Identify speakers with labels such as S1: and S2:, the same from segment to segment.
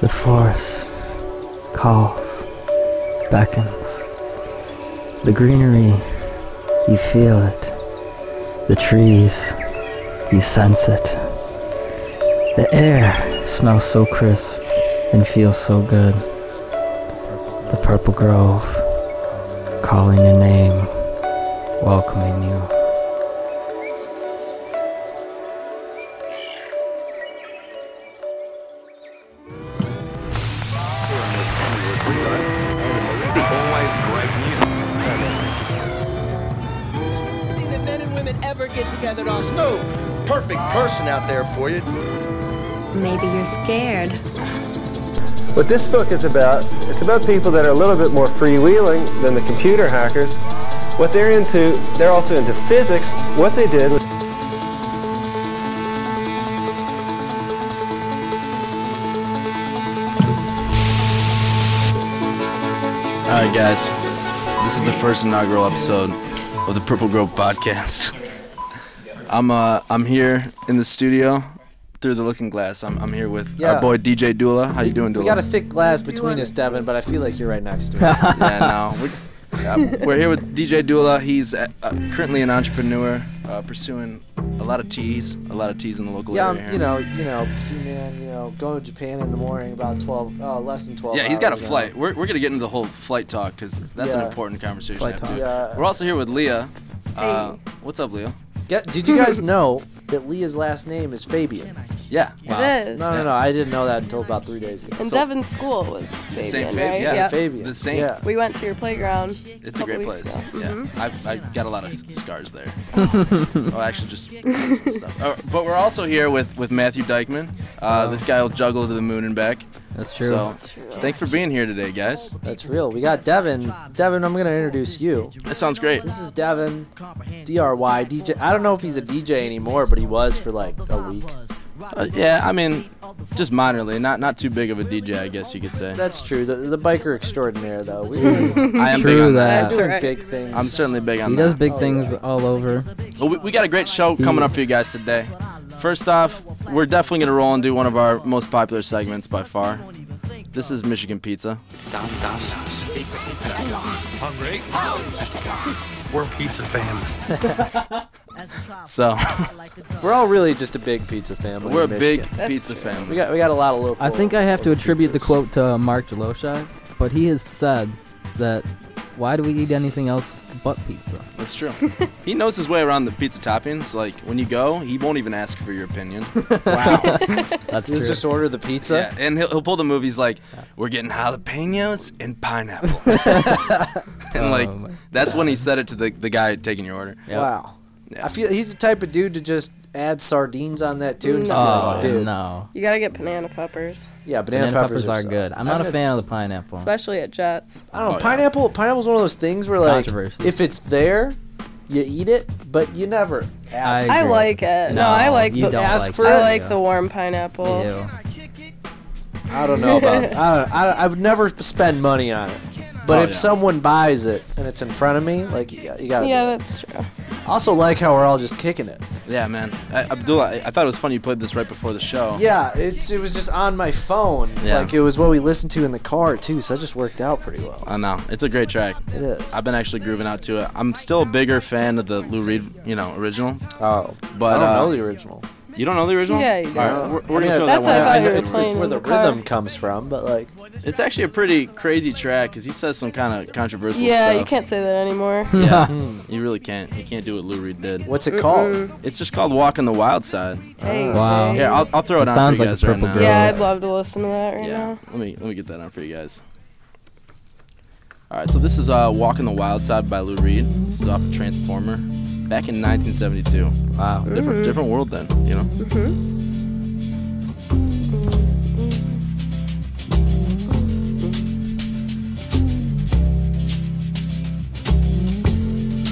S1: The forest calls, beckons. The greenery, you feel it. The trees, you sense it. The air smells so crisp and feels so good. The purple grove calling your name, welcoming you.
S2: Always great music.
S3: thing that men and women ever get together on.
S2: No perfect person out there for you.
S4: Maybe you're scared.
S5: What this book is about, it's about people that are a little bit more freewheeling than the computer hackers. What they're into, they're also into physics. What they did was
S6: All right, guys. This is the first inaugural episode of the Purple Grove Podcast. I'm uh I'm here in the studio through the looking glass. I'm I'm here with
S3: Yeah.
S6: our boy DJ Dula. How you doing, Dula?
S3: We got a thick glass between us, Devin, but I feel like you're right next to me.
S6: yeah, no. We're, yeah, we're here with DJ Dula. He's uh, uh, currently an entrepreneur, uh, pursuing a lot of teas, a lot of teas in the local
S3: yeah,
S6: area.
S3: I'm, you know, you know, man, you know, going to Japan in the morning about 12, oh, less than 12
S6: Yeah, he's got a
S3: hours, you know.
S6: flight. We're, we're gonna get into the whole flight talk because that's an
S3: Yeah.
S6: important conversation.
S1: Flight
S6: after.
S1: talk.
S3: Yeah.
S6: We're also here with Leah. Uh, what's up, Leah?
S3: Get- did you guys know that Leah's last name is Fabian?
S6: Yeah.
S7: It is.
S3: No, no, no, I didn't know that until about three days ago.
S7: And
S6: So-
S7: Devon's school was Fabian,
S6: St. Fabian,
S7: right?
S6: yeah.
S7: Yep.
S3: Fabian.
S6: The same.
S3: Yeah.
S7: We went to your playground.
S6: It's a
S7: couple
S6: great
S7: weeks
S6: place.
S7: ago. Mm-hmm.
S6: Yeah, I, I got a lot of s- scars there. oh, actually, just cuts and stuff. Oh, but we're also here with with Matthew Dykeman. Uh, This guy will juggle to the moon and back.
S1: That's true.
S6: So, thanks for being here today, guys.
S3: That's real. We got Devin. Devin, I'm gonna introduce you.
S6: That sounds great.
S3: This is Devin, DRY DJ. I don't know if he's a DJ anymore, but he was for like a week.
S6: Uh, yeah, I mean, just moderately, not not too big of a DJ, I guess you could say.
S3: That's true. The, the biker extraordinaire, though. We were
S6: I am big
S1: True
S6: on that.
S1: that.
S7: That's
S3: doing
S7: right.
S3: big things.
S6: I'm certainly big on
S1: He
S6: that.
S1: does big things all over.
S6: Well, we, we got a great show coming up for you guys today. First off, we're definitely going to roll and do one of our most popular segments by far. This is Michigan Pizza.
S8: Hungry? We're a pizza family.
S6: So,
S3: We're all really just a big pizza family.
S6: we're a
S3: in
S6: big
S3: Michigan.
S6: pizza family.
S3: We got we got a lot of local.
S1: I think I have to
S3: local
S1: attribute the
S3: pizzas.
S1: quote to Mark Jaloshak, but he has said that why do we eat anything else but pizza?
S6: That's true. he knows his way around the pizza toppings. Like, when you go, he won't even ask for your opinion. wow.
S1: That's
S3: Just, just order the pizza.
S6: yeah, and he'll, he'll pull the movies like, we're getting jalapenos and pineapple. and, like,
S1: Oh my
S6: that's when he said it to the, the guy taking your order.
S1: Yeah.
S3: Wow.
S6: Yeah.
S3: I feel he's the type of dude to just add sardines on that too. And just be
S1: Oh,
S3: like, dude.
S1: no.
S7: You gotta get banana peppers,
S3: Yeah, banana,
S1: Banana peppers, are good. I'm not a
S3: a
S1: fan of the pineapple.
S7: especially at Jets.
S3: I don't
S6: Oh,
S3: know.
S6: yeah.
S3: pineapple. Pineapple's one of those things where like
S1: Controversy.
S3: if it's there, you eat it, but you never ask.
S1: I
S7: I
S1: agree.
S7: like it. No,
S1: No,
S7: I like
S1: you
S7: the.
S1: don't
S3: ask
S1: like
S3: for
S1: it.
S7: I
S3: it.
S7: like the warm pineapple.
S1: Ew.
S3: I don't know about. I, don't, I I would never spend money on it. But
S6: Oh,
S3: if
S6: yeah.
S3: someone buys it and it's in front of me, like you, got- you gotta.
S7: Yeah, that's true.
S3: Also, like how we're all just kicking it.
S6: Yeah, man. I, Abdullah, I, I thought it was funny you played this right before the show.
S3: Yeah, it's it was just on my phone.
S6: Yeah.
S3: Like it was what we listened to in the car too, so that just worked out pretty well.
S6: I know. It's a great track.
S3: It is.
S6: I've been actually grooving out to it. I'm still a bigger fan of the Lou Reed, you know, original.
S3: oh,
S6: but,
S3: I don't know
S6: uh,
S3: the original.
S6: You don't know the original?
S7: Yeah, you
S6: All
S7: do.
S6: right, we're, we're gonna throw
S7: that's
S6: that
S7: what I thought
S6: one. out.
S7: you were
S3: it's, it's
S7: playing
S3: where
S7: in
S3: the
S7: the car.
S3: rhythm comes from, but like
S6: It's actually a pretty crazy track because he says some kind of controversial
S7: Yeah,
S6: stuff.
S7: you can't say that anymore.
S6: Yeah, you really can't. You can't do what Lou Reed did.
S3: what's it called?
S7: Mm-hmm.
S6: It's just called "Walk on the Wild Side."
S7: Dang,
S1: Wow.
S7: dang.
S6: Yeah, I'll, I'll throw it,
S1: It
S6: on
S1: sounds
S6: for you
S1: like
S6: guys
S1: the
S6: right
S1: Purple
S6: now.
S1: Girl.
S7: Yeah, I'd love to listen to that right
S6: Yeah.
S7: now.
S6: Let me let me get that on for you guys. All right, so this is uh, "Walk on the Wild Side" by Lou Reed. This is off of Transformer, back in 1972.
S1: Wow.
S7: Mm-hmm.
S6: Different different world then, you know.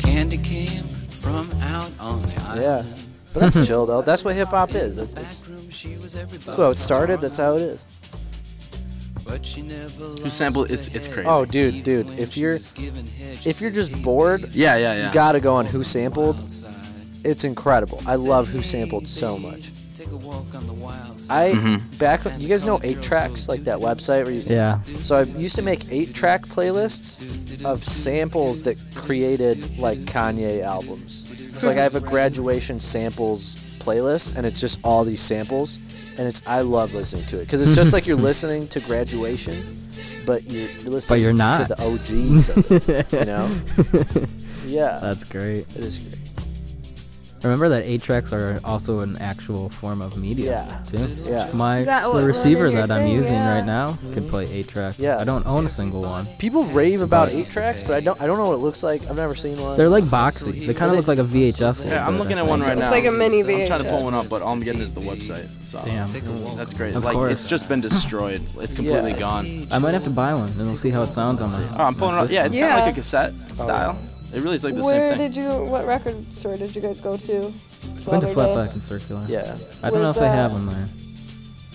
S9: Candy came from out on the island.
S3: Yeah. But that's chill though. That's what hip hop is. That's, it's, that's how it started. That's how it is.
S6: Who sampled it's it's crazy.
S3: Oh, dude, dude. If you're if you're just bored,
S6: Yeah, yeah, yeah.
S3: you gotta go on Who Sampled. It's incredible. I love Who Sampled so much. I back you guys know eight tracks like that website where you
S1: Yeah.
S3: So I used to make eight track playlists of samples that created like Kanye albums. So like I have a graduation samples playlist and it's just all these samples and it's I love listening to it cuz it's just like you're listening to graduation but you're you're listening
S1: you're not.
S3: to the OGs of it, you know? Yeah.
S1: That's great.
S3: it is great.
S1: Remember that eight tracks are also an actual form of media.
S3: Yeah.
S1: Too.
S3: Yeah.
S1: My
S7: That
S1: the
S7: one- one
S1: receiver
S7: in your
S1: that I'm
S7: thing,
S1: using
S7: yeah.
S1: right now can play eight tracks.
S3: Yeah.
S1: I don't own a single one.
S3: People rave about eight tracks, but I don't I don't know what it looks like. I've never seen one.
S1: They're like boxy. They kind of look like a VHS. a little
S6: Yeah, I'm
S1: bit,
S6: looking
S1: I
S6: at one
S1: think.
S6: right now.
S7: like a mini
S6: I'm trying to
S7: VHS.
S6: pull one up, but all I'm getting is the website. So
S1: Damn.
S6: that's great.
S1: Of
S6: like
S1: course.
S6: it's just been destroyed. It's completely
S3: Yeah.
S6: gone.
S1: I might have to buy one, and we'll see how it sounds on my.
S6: Oh, I'm pulling it up. Yeah, it's kind
S7: Yeah.
S6: of like a cassette style. It really is like the
S7: Where
S6: same thing.
S7: did you? What record store did you guys go to?
S1: Went to
S7: Flubber
S1: Flatback
S7: Day?
S1: and Circular.
S3: yeah.
S1: I don't know if
S7: Where's
S1: they have
S7: that?
S1: one there.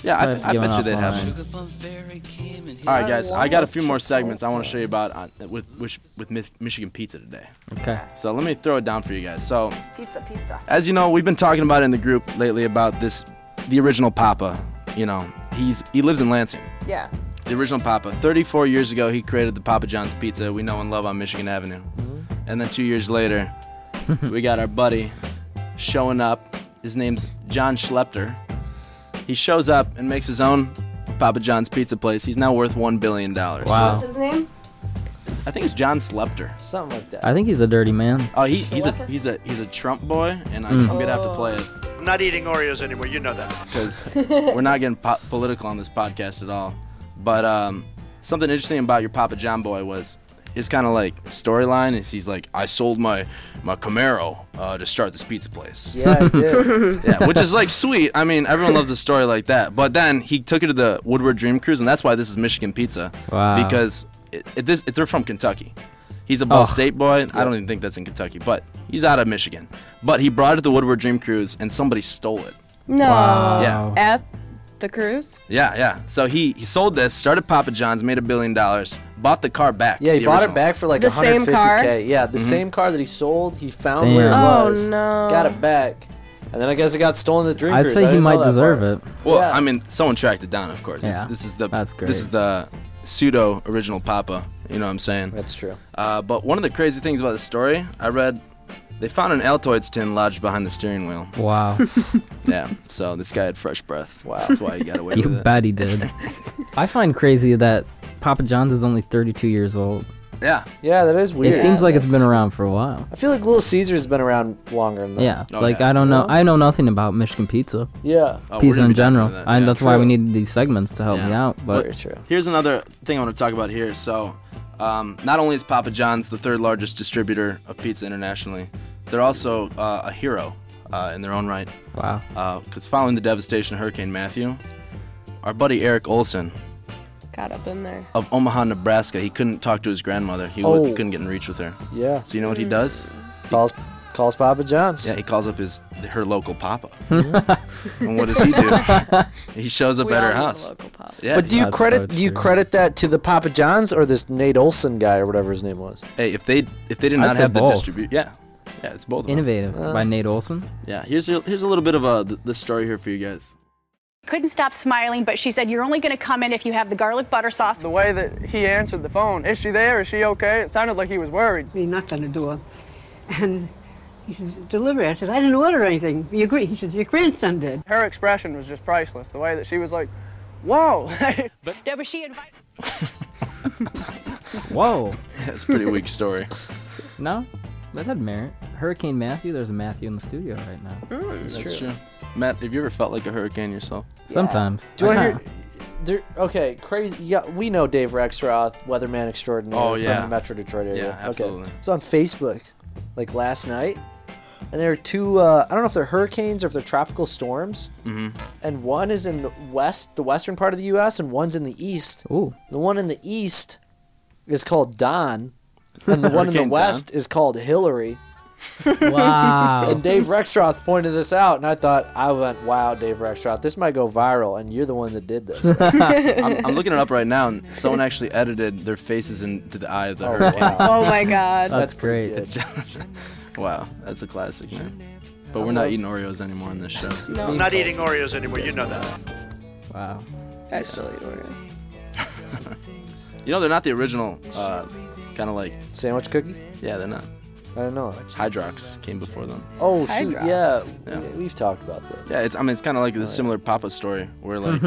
S6: Yeah,
S1: I've
S6: I, I
S1: given
S6: bet you
S1: up
S6: they'd
S1: on
S6: have
S1: it.
S6: one. All right, guys, I got a few more segments I want to show you about on, with which with Mich- Michigan pizza today.
S1: Okay.
S6: So let me throw it down for you guys. So
S7: Pizza, pizza.
S6: as you know, we've been talking about it in the group lately about this, the original Papa. You know, he's he lives in Lansing.
S7: Yeah.
S6: The original Papa. 34 years ago, he created the Papa John's Pizza we know and love on Michigan Avenue. And then two years later, we got our buddy showing up. His name's John Schlepter. He shows up and makes his own Papa John's Pizza place. He's now worth $1 billion.
S7: What's
S1: Wow.
S7: his name?
S6: I think it's John Schlepter.
S3: Something like that.
S1: I think he's a dirty man.
S6: Oh, he, he's a he's a he's a Trump boy, and I, I'm gonna have to play it
S8: I'm not eating Oreos anymore. You know that.
S6: because we're not getting po- political on this podcast at all. But um, something interesting about your Papa John boy was his kind of like storyline is he's like I sold my my Camaro uh, to start this pizza place,
S3: yeah, I did.
S6: yeah, which is like sweet. I mean, everyone loves a story like that. But then he took it to the Woodward Dream Cruise, and that's why this is Michigan pizza
S1: Wow.
S6: because it, it, this it, they're from Kentucky. He's a Ball
S1: Uh, Oh.
S6: State boy. I don't even think that's in Kentucky, but he's out of Michigan. But he brought it to the Woodward Dream Cruise, and somebody stole it.
S7: No.
S1: Wow.
S6: Yeah.
S7: At the cruise.
S6: Yeah, yeah. So he, he sold this, started Papa John's, made a billion dollars, bought the car back.
S3: Yeah, he
S6: the
S3: bought
S6: original.
S3: it back for like
S7: The same
S3: 150k.
S7: car?
S3: Yeah, the same car that he sold. He found where it
S1: Mm-hmm. Damn.
S7: Oh
S3: was.
S7: no.
S3: Got it back, and then I guess it got stolen. The drink.
S1: I'd say he might deserve it.
S6: Well,
S3: Yeah.
S6: I mean, someone tracked it down, of course. It's-
S1: Yeah,
S6: This is the
S1: that's great.
S6: This is the pseudo original Papa. You know what I'm saying?
S3: That's true.
S6: Uh, but one of the crazy things about the story, I read they found an Altoids tin lodged behind the steering wheel.
S1: Wow.
S6: Yeah, so this guy had fresh breath. Wow, that's why he got away
S1: you
S6: with it.
S1: bet he did. I find crazy that Papa John's is only 32 years old.
S6: Yeah,
S3: Yeah, that is weird.
S1: It seems like it's been around for a while.
S3: I feel like Little Caesar's been around longer than that.
S1: Yeah.
S6: Oh,
S1: like
S6: yeah.
S1: I don't know. I know nothing about Michigan pizza.
S3: Yeah.
S6: oh, we're
S1: pizza
S6: gonna
S1: in
S6: be talking
S1: general.
S6: about that.
S1: and
S6: Yeah.
S1: that's why we needed these segments to help me
S6: Yeah.
S1: out. But
S3: Very true.
S6: Here's another thing I want to talk about here. So, um, not only is Papa John's the third largest distributor of pizza internationally, they're also uh, a hero uh, in their own right.
S1: wow.
S6: Because following the devastation of Hurricane Matthew, our buddy Eric Olson
S7: Got up in there.
S6: of Omaha, Nebraska, he couldn't talk to his grandmother. He
S3: Oh.
S6: would, couldn't get in reach with her.
S3: Yeah.
S6: So you know what he does?
S3: Calls calls Papa John's.
S6: Yeah, he calls up his her local Papa. and what does he do? he shows up
S7: We
S6: at her
S7: all know the
S6: house.
S7: Local pop.
S6: Yeah,
S3: But do you
S1: That's so
S3: credit do you
S1: true.
S3: credit that to the Papa John's or this Nate Olson guy or whatever his name was?
S6: hey, if they if they did
S1: I'd
S6: not
S1: say
S6: have the
S1: both.
S6: distribute, yeah, yeah, it's both. of them.
S1: Innovative by Nate Olson.
S6: Yeah, here's a, here's a little bit of uh, the, the story here for you guys.
S10: Couldn't stop smiling, but she said, You're only going to come in if you have the garlic butter sauce.
S11: The way that he answered the phone, is she there? Is she okay? It sounded like he was worried.
S10: He knocked on the door and he said, Deliver. I said, I didn't order anything. You agree? He said, Your grandson did.
S11: Her expression was just priceless. The way that she was like, whoa.
S10: No, but she invited.
S1: Whoa.
S6: That's a pretty weak story.
S1: No, that had merit. Hurricane Matthew. There's a Matthew in the studio right now.
S6: That's true. Matt, have you ever felt like a hurricane yourself?
S1: Sometimes.
S3: Do you
S1: I
S3: want
S1: kinda-
S3: to hear? There, okay, crazy. Yeah, we know Dave Rexroth, weatherman extraordinaire
S6: Oh,
S3: from
S6: yeah.
S3: the Metro Detroit area.
S6: Yeah, absolutely.
S3: Okay. It's on Facebook. like last night, and there are two. Uh, I don't know if they're hurricanes or if they're tropical storms.
S6: Mm-hmm.
S3: and one is in the west, the western part of the U.S., and one's in the east.
S1: Ooh.
S3: The one in the east is called Don, and the one in the
S1: Hurricane
S3: west is called Hillary.
S6: Oh.
S1: Wow.
S3: and Dave Rexroth pointed this out, and I thought, I went, wow, Dave Rexroth, this might go viral, and you're the one that did this.
S6: I'm, I'm looking it up right now, and someone actually edited their faces into the eye of the hurricane.
S7: Oh my god.
S1: That's great.
S6: It's just, wow, that's a classic, man. But we're not eating Oreos anymore on this show.
S7: No.
S8: I'm not eating Oreos anymore. You know that.
S1: Wow.
S7: I still eat Oreos.
S6: You know, they're not the original, uh, kind of like,
S3: Sandwich cookie?
S6: yeah, they're not.
S3: I don't know.
S6: Hydrox came before them.
S3: Oh,
S7: Hi,
S3: shoot,
S7: Drops.
S3: yeah,
S6: Yeah.
S3: we- We've talked about this.
S6: Yeah, it's, I mean, it's kind of like the similar Papa story where, like,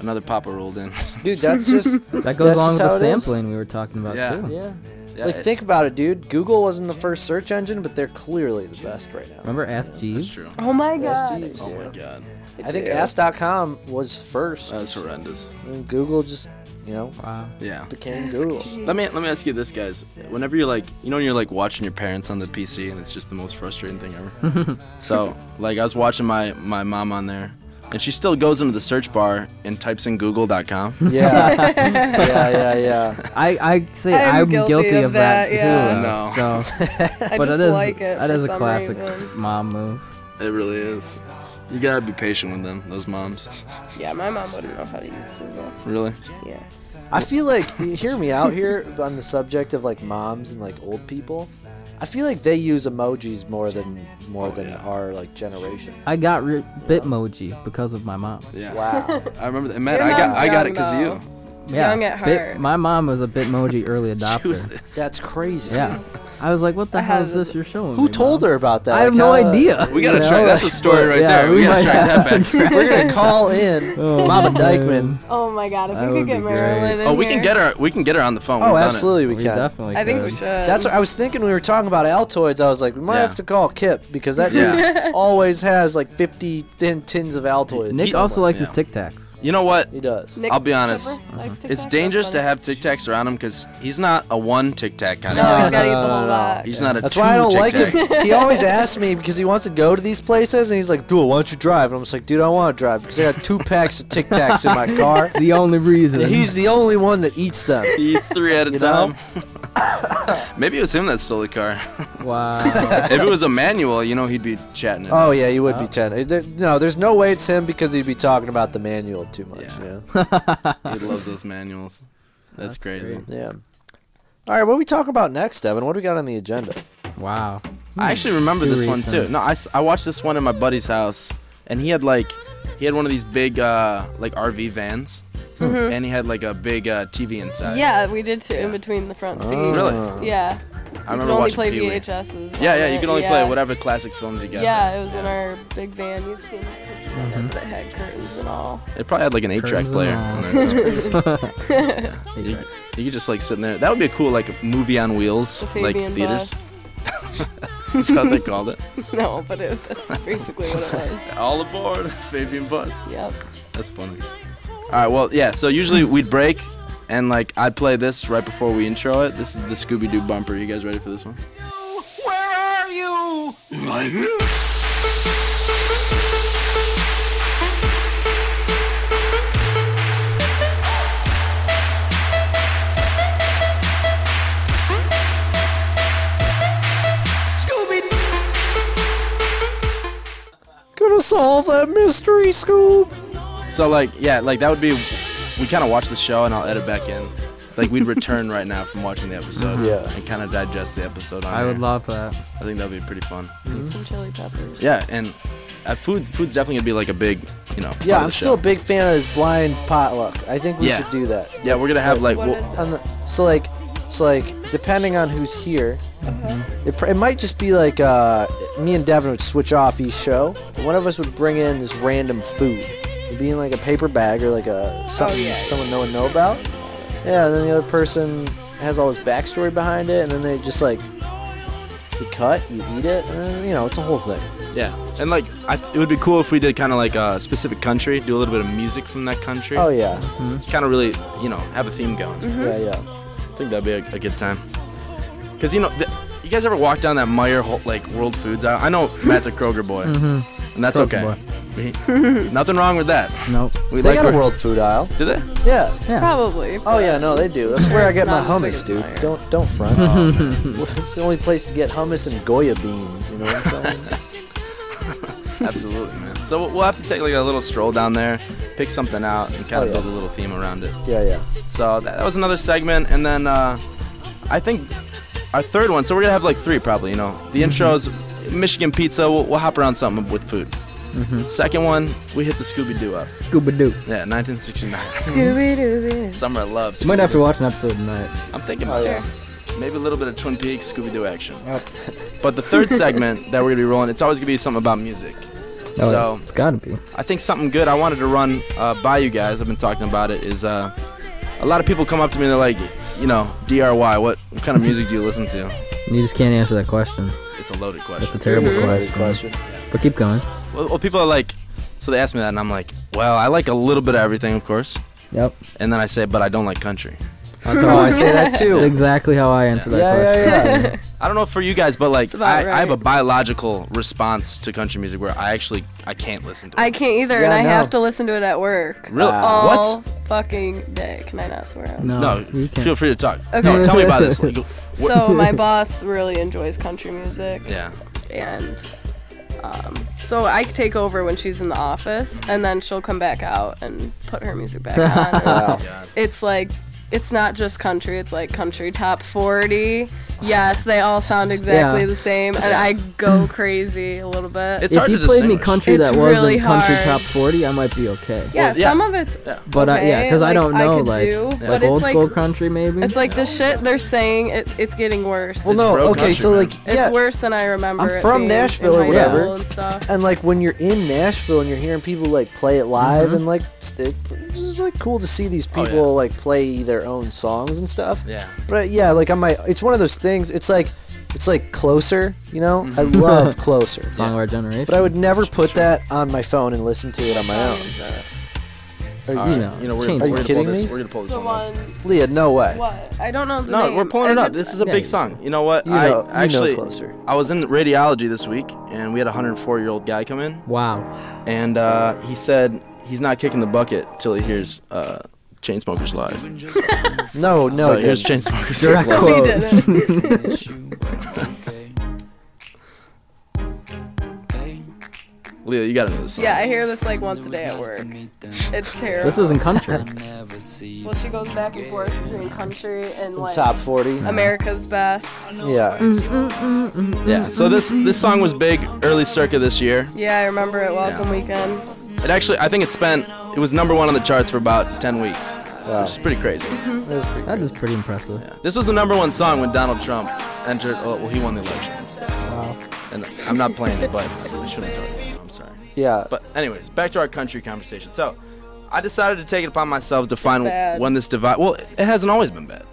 S6: another Papa rolled in.
S3: Dude, that's just.
S1: That goes
S3: That's
S1: along with
S3: just
S1: the
S3: how it is.
S1: sampling we were talking about
S6: Yeah.
S1: too.
S3: yeah.
S6: Yeah,
S3: Like,
S6: it-
S3: think about it, dude. Google wasn't the first search engine, but they're clearly the best right now.
S1: Remember Ask
S6: That's
S1: Jeeves?
S6: true.
S7: Oh my
S3: Yes,
S7: god.
S3: geez.
S6: Oh
S3: Yeah.
S6: my god.
S3: I think
S7: do.
S3: Ask.com was first.
S6: That's horrendous.
S3: and Google just, you know,
S1: Uh. Wow.
S6: Yeah.
S3: became Google.
S6: Let me let me ask you this, guys. Whenever you're like, you know, when you're like watching your parents on the PC, and it's just the most frustrating thing ever. so, like, I was watching my my mom on there, and she still goes into the search bar and types in Google.com.
S3: Yeah. yeah, yeah, yeah.
S1: I, I say
S7: I'm
S1: I'm, guilty, of, that,
S7: that, yeah.
S1: too. though. So,
S7: I
S1: but
S7: just
S1: that is
S7: like it.
S1: that
S7: for
S1: is a
S7: some
S1: classic
S7: reason.
S1: mom move.
S6: it really is. You gotta be patient with them, those moms.
S7: Yeah, my mom wouldn't know how to use Google.
S6: Really?
S7: Yeah.
S3: I feel like, you hear me out here on the subject of like moms and like old people. I feel like they use emojis more than more
S1: Oh,
S3: than
S6: yeah.
S3: our like generation.
S1: I got re- Bitmoji because of my mom.
S6: Yeah.
S3: Wow.
S6: I remember that. Matt,
S7: Your
S6: I got
S7: mom's
S6: I got
S7: young,
S6: it because
S7: though.
S6: you.
S1: Yeah,
S7: Young at
S1: Bit-
S7: heart.
S1: my mom was a Bitmoji early
S6: She was-
S1: adopter.
S3: That's crazy.
S1: yeah, I was like, "What the
S7: I
S1: hell is
S7: had-
S1: this you're showing?"
S3: Who
S1: me,
S3: told
S1: Mom?
S3: her about that?
S1: I have
S3: Like,
S1: no
S3: uh, how-
S1: idea.
S6: We gotta
S3: You
S6: track.
S3: know,
S6: That's a
S3: like,
S6: story right
S1: yeah,
S6: there.
S1: we
S6: We gotta
S1: might
S6: track that back.
S3: We're gonna call in
S1: Oh,
S3: Mama
S1: man.
S3: Dykeman.
S7: Oh my god, if
S1: That
S7: we
S1: would
S7: could get
S1: be
S7: Marilyn
S1: great.
S7: in
S6: Oh, we can
S7: here-
S6: get her. We can get her on the phone.
S3: Oh,
S6: We've done it.
S3: absolutely, we
S1: We
S3: can.
S1: definitely.
S7: I think we
S1: could.
S7: should.
S3: That's what I was thinking. when We were talking about Altoids. I was like, we might
S6: Yeah.
S3: have to call Kip because that
S6: Yeah.
S3: dude always has like 50 thin tins of Altoids.
S1: Nick
S3: somewhere.
S1: also likes his
S6: Yeah.
S1: Tic Tacs.
S6: You know what?
S3: He does.
S7: Nick
S6: I'll be
S7: Cooper
S6: honest.
S7: likes Tic
S6: It's
S7: Tacs,
S6: dangerous
S7: that's
S6: to
S7: funny.
S6: have Tic Tacs around him because he's not a one Tic Tac kind
S7: No,
S6: of guy.
S7: he's gotta eat
S1: no,
S7: the
S1: no,
S7: whole
S1: no.
S7: lot.
S6: He's not a
S3: That's
S6: two
S3: why I don't
S6: Tic
S3: like
S6: Tac.
S3: him. He always asks me because he wants to go to these places and he's like, dude, why don't you drive? And I'm just like, dude, I want to drive because I got two packs of Tic Tacs in my car.
S1: It's the only reason.
S3: And he's the only one that eats them.
S6: He eats three at a
S3: You know?
S6: time. Maybe it was him that stole the car.
S1: wow.
S6: if it was a manual, you know, he'd be chatting. it up.
S3: Oh, yeah, you would be 10. There- no, there's no way it's him because he'd be talking about the manual too much.
S6: Yeah.
S3: You know?
S6: He loves those manuals. That's, crazy.
S1: great.
S3: Yeah. All right, what do we talk about next, Evan? What do we got on the agenda?
S1: wow.
S6: I actually remember
S1: Too
S6: this one
S1: recent.
S6: too. No, I, s- I watched this one in my buddy's house, and he had like he had one of these big uh, like RV vans, and he had like a big uh, TV inside.
S7: Mm-hmm. Yeah, we did too in between the
S1: Oh,
S7: front seats.
S3: Mm.
S6: Really?
S7: Yeah. You
S6: I
S7: could
S6: remember
S7: only
S6: watching
S7: play
S6: Pee-wee.
S7: VHSs.
S6: Yeah,
S7: on
S6: yeah, you
S7: it,
S6: could only
S7: yeah.
S6: play whatever classic films you got.
S7: Yeah, it was in our big van. You've seen pictures of
S1: Mm-hmm.
S7: it that had curtains and all.
S6: It probably had like an eight-track
S1: Curtains and
S6: player.
S1: all.
S6: on there. It's crazy. You, you could just like sit in there. That would be a cool like movie on wheels,
S7: The
S6: like
S7: Fabian
S6: theaters. That's how they called it.
S7: bus. No, but it, that's basically what it was.
S6: All aboard, Fabian Butts.
S7: Yep.
S6: That's funny. All right, well, yeah. So usually we'd break, and like I'd play this right before we intro it. This is the Scooby Doo bumper. You guys ready for this one?
S3: Gonna solve that mystery, Scoob!
S6: So like, yeah, like that would be. We kind of watch the show, and I'll edit back in. Like we'd return right now from watching the episode,
S3: Yeah.
S6: and kind of digest the episode. On
S1: Mm-hmm. I would
S6: air.
S1: love that.
S6: I think that'd be pretty fun.
S7: Eat some chili peppers.
S6: Yeah, and uh, food, food's definitely gonna be like a big, you know. part
S3: Yeah,
S6: of
S3: I'm
S6: the
S3: still a
S6: show.
S3: big fan of this blind potluck. I think we
S6: Yeah.
S3: should do that.
S6: Yeah, we're gonna have like.
S7: What
S6: we'll- uh,
S7: is it?
S3: On the, so like, so like, depending on who's here, it, pr- it might just be like uh, me and Devin would switch off each show. and One of us would bring in this random food. It'd be in like a paper bag or like a something
S7: yeah.
S3: someone no one know about. Yeah, and then the other person has all this backstory behind it, and then they just like, you cut, you eat it, and then, you know, it's a whole thing.
S6: Yeah, and like I th- it would be cool if we did kind of like a specific country, do a little bit of music from that country,
S3: Oh yeah, Mm-hmm.
S6: kind of really you know have a theme going.
S3: yeah, yeah.
S6: I think that'd be a, a good time. Cause you know th- You guys ever walk down that Meyer Hol- like World Foods aisle? I know Matt's a Kroger boy,
S1: Mhm.
S3: Mm-hmm.
S6: and that's
S1: Kroger
S6: okay. We- nothing wrong with that.
S1: Nope.
S6: We
S3: They
S6: like
S3: got a
S6: our-
S3: World Food aisle.
S6: Do they?
S3: Yeah.
S7: Probably.
S3: Oh yeah, no, they do. That's where I get my
S7: It's not as
S3: hummus, dude. Don't don't front. it's the only place to get hummus and goya beans. You know what I'm saying?
S6: Absolutely, man. So we'll- we'll have to take like a little stroll down there, pick something out, and kind
S3: Oh,
S6: of
S3: yeah.
S6: build a little theme around it.
S3: yeah, yeah.
S6: So that, that was another segment, and then uh, I think our third one. So we're gonna have like three probably. You know,
S1: Mm-hmm.
S6: the intro is Michigan pizza. We'll, we'll hop around something with food.
S1: Mhm.
S6: Second one, we hit the Scooby Doo house.
S1: Scooby Doo.
S6: Yeah, 1969.
S7: Scooby Doo.
S6: Summer I love.
S1: You might have to
S6: Scooby-Doo.
S1: watch an episode tonight.
S6: I'm thinking
S1: Oh,
S6: about
S1: yeah.
S6: it. Maybe a little bit of Twin Peaks, Scooby Doo action.
S1: Yep.
S6: But the third segment that we're gonna be rolling, it's always gonna be something about music.
S1: Oh,
S6: so
S1: it's gotta be.
S6: I think something good I wanted to run uh, by you guys. I've been talking about it. Is uh, a lot of people come up to me and they're like, you know, DRY. What, what kind of music do you listen to?
S1: You just can't answer that question.
S6: It's a loaded question.
S1: That's a terrible
S7: Mm-hmm.
S6: It's a
S1: question.
S6: loaded
S1: But keep going.
S6: Well, well, people are like, so they ask me that, and I'm like, well, I like a little bit of everything, of course.
S1: Yep.
S6: And then I say, but I don't like country.
S1: That's how That's exactly how I answer that question.
S6: I don't know for you guys, but like,
S7: about
S6: I, I have
S7: right.
S6: a biological response to country music where I actually I can't listen to. it.
S7: I can't either,
S6: Yeah,
S7: and I
S6: no.
S7: have to listen to it at work.
S6: Really?
S7: All fucking day. Can I not swear? on
S6: No,
S1: you can't.
S6: feel free to talk.
S7: Okay.
S6: No, tell me about this. Like,
S7: it?
S6: what-
S7: So my boss really enjoys country music.
S6: Yeah.
S7: And um, so I take over when she's in the office, and then she'll come back out and put her music back on. and
S12: Wow.
S7: It's like. It's not just country, it's like country top 40. Yes, they all sound exactly
S1: Yeah.
S7: the same, and I go crazy a little bit.
S1: if you played me country
S7: It's
S1: that wasn't
S7: really
S1: country
S7: hard.
S1: top 40, I might be okay.
S7: Yeah, some of it's.
S1: But I, yeah,
S7: okay,
S1: because I
S7: like,
S1: don't know,
S7: could
S1: like,
S7: do,
S1: like
S7: but it's
S1: old
S7: like-
S1: school country maybe.
S7: It's like the shit they're saying. It, it's getting worse.
S3: Well, no, okay, so like, yeah,
S7: it's worse than I remember.
S3: I'm
S7: it
S3: from
S7: being
S3: Nashville
S7: in
S3: or
S7: high
S3: whatever.
S7: school And stuff.
S3: And like when you're in Nashville and you're hearing people like play it live
S7: Mhm.
S3: and like it's it- it's just like cool to see these
S6: Mm-hmm. Oh,
S3: people like play their own songs and stuff.
S6: Yeah.
S3: But yeah, like on my it's one of those things. It's like it's like closer, you know? I
S6: Mm-hmm.
S3: love closer.
S1: Song of our generation.
S3: But I would never put that on my phone and listen to it on my own. Are you,
S6: All right, you know, we're gonna-
S3: are
S6: we're
S3: you
S6: gonna
S3: kidding
S6: pull this-
S3: me?
S6: we're gonna pull this
S7: The
S6: one
S7: one.
S3: Leah, no way.
S7: What? I don't know the
S6: No,
S7: name.
S6: we're pulling it
S7: I-
S6: up.
S7: it's-
S6: This is a big song. You know what?
S3: You know- you know
S6: I actually
S3: Closer.
S6: I was in radiology this week, and we had a 104 year old guy come in.
S1: Wow.
S6: And uh, he said he's not kicking the bucket till he hears uh, Chainsmokers live.
S3: No, no.
S6: So
S3: it
S6: here's
S3: didn't.
S6: Chainsmokers.
S3: Direct
S6: Live.
S3: quote.
S6: Leo, you gotta know this. song.
S7: Yeah, I hear this like once a day at work. It's terrible.
S6: This isn't country.
S7: well, she goes back and forth between country and like
S3: Top 40.
S7: America's best.
S3: Yeah.
S6: Yeah. So this this song was big early circa this year.
S7: Yeah, I remember it. Welcome weekend.
S6: It actually I think it spent it was number one on the charts for about 10 weeks, which is pretty crazy.
S1: That is pretty impressive.
S6: This was the number one song when Donald Trump entered. Oh, well, he won the election. Wow. And I'm not playing it, but I shouldn't talk about it. I'm sorry.
S3: Yeah.
S6: But anyways, back to our country conversation. So, I decided to take it upon myself to find
S7: bad.
S6: when this divide. Well, it hasn't always been bad.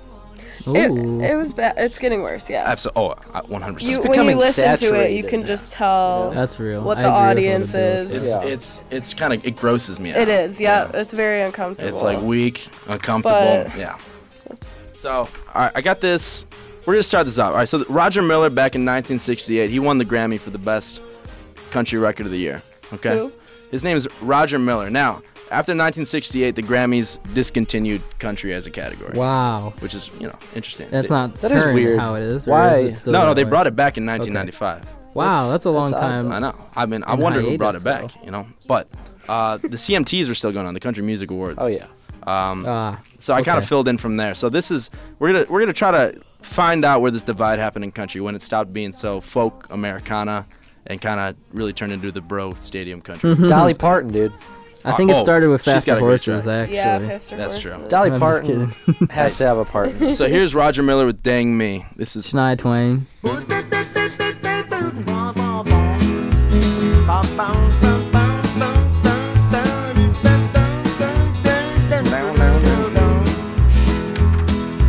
S7: It, it was bad. It's getting worse. Yeah.
S6: Absolutely. Oh, I- 100%.
S7: You, when you listen to it, you can just tell
S1: That's real.
S7: what the audience is.
S6: It's it's it's kind of it grosses me out.
S7: It is, yeah. It's very uncomfortable.
S6: It's like weak, uncomfortable.
S7: But-
S6: yeah. So, all right, I got this. We're gonna start this off. All right, so Roger Miller back in 1968, he won the Grammy for the best country record of the year. Okay.
S7: Who?
S6: His name is Roger Miller. Now, after 1968, the Grammys discontinued country as a category.
S1: Wow.
S6: Which is, you know, interesting.
S1: That's
S6: They-
S1: not That is current weird. how it is, or Why? is it still
S6: no, no,
S1: that
S6: they
S1: way?
S6: brought it back in 1995.
S1: Wow, That's- that's a long that's odd. time
S6: I know. I mean, I
S1: in
S6: wonder who brought it
S1: hiatus,
S6: back. You know, but uh, the CMTs were still going on, the Country Music Awards.
S3: Oh, yeah.
S6: Um,
S1: Ah,
S6: so I kind of
S1: okay.
S6: filled in from there. So this is we're gonna we're gonna try to find out where this divide happened in country when it stopped being so folk Americana and kind of really turned into the bro stadium country.
S12: Mm-hmm.
S3: Dolly Parton, dude.
S1: I think it
S6: Oh,
S1: started with
S6: she's
S1: Faster
S6: got a great
S1: Horses,
S6: track.
S1: actually.
S7: Yeah, Faster
S6: That's true.
S3: Dolly
S1: I'm just
S3: Parton has to have a partner.
S6: So here's Roger Miller with "Dang Me." This is
S1: Shania Twain.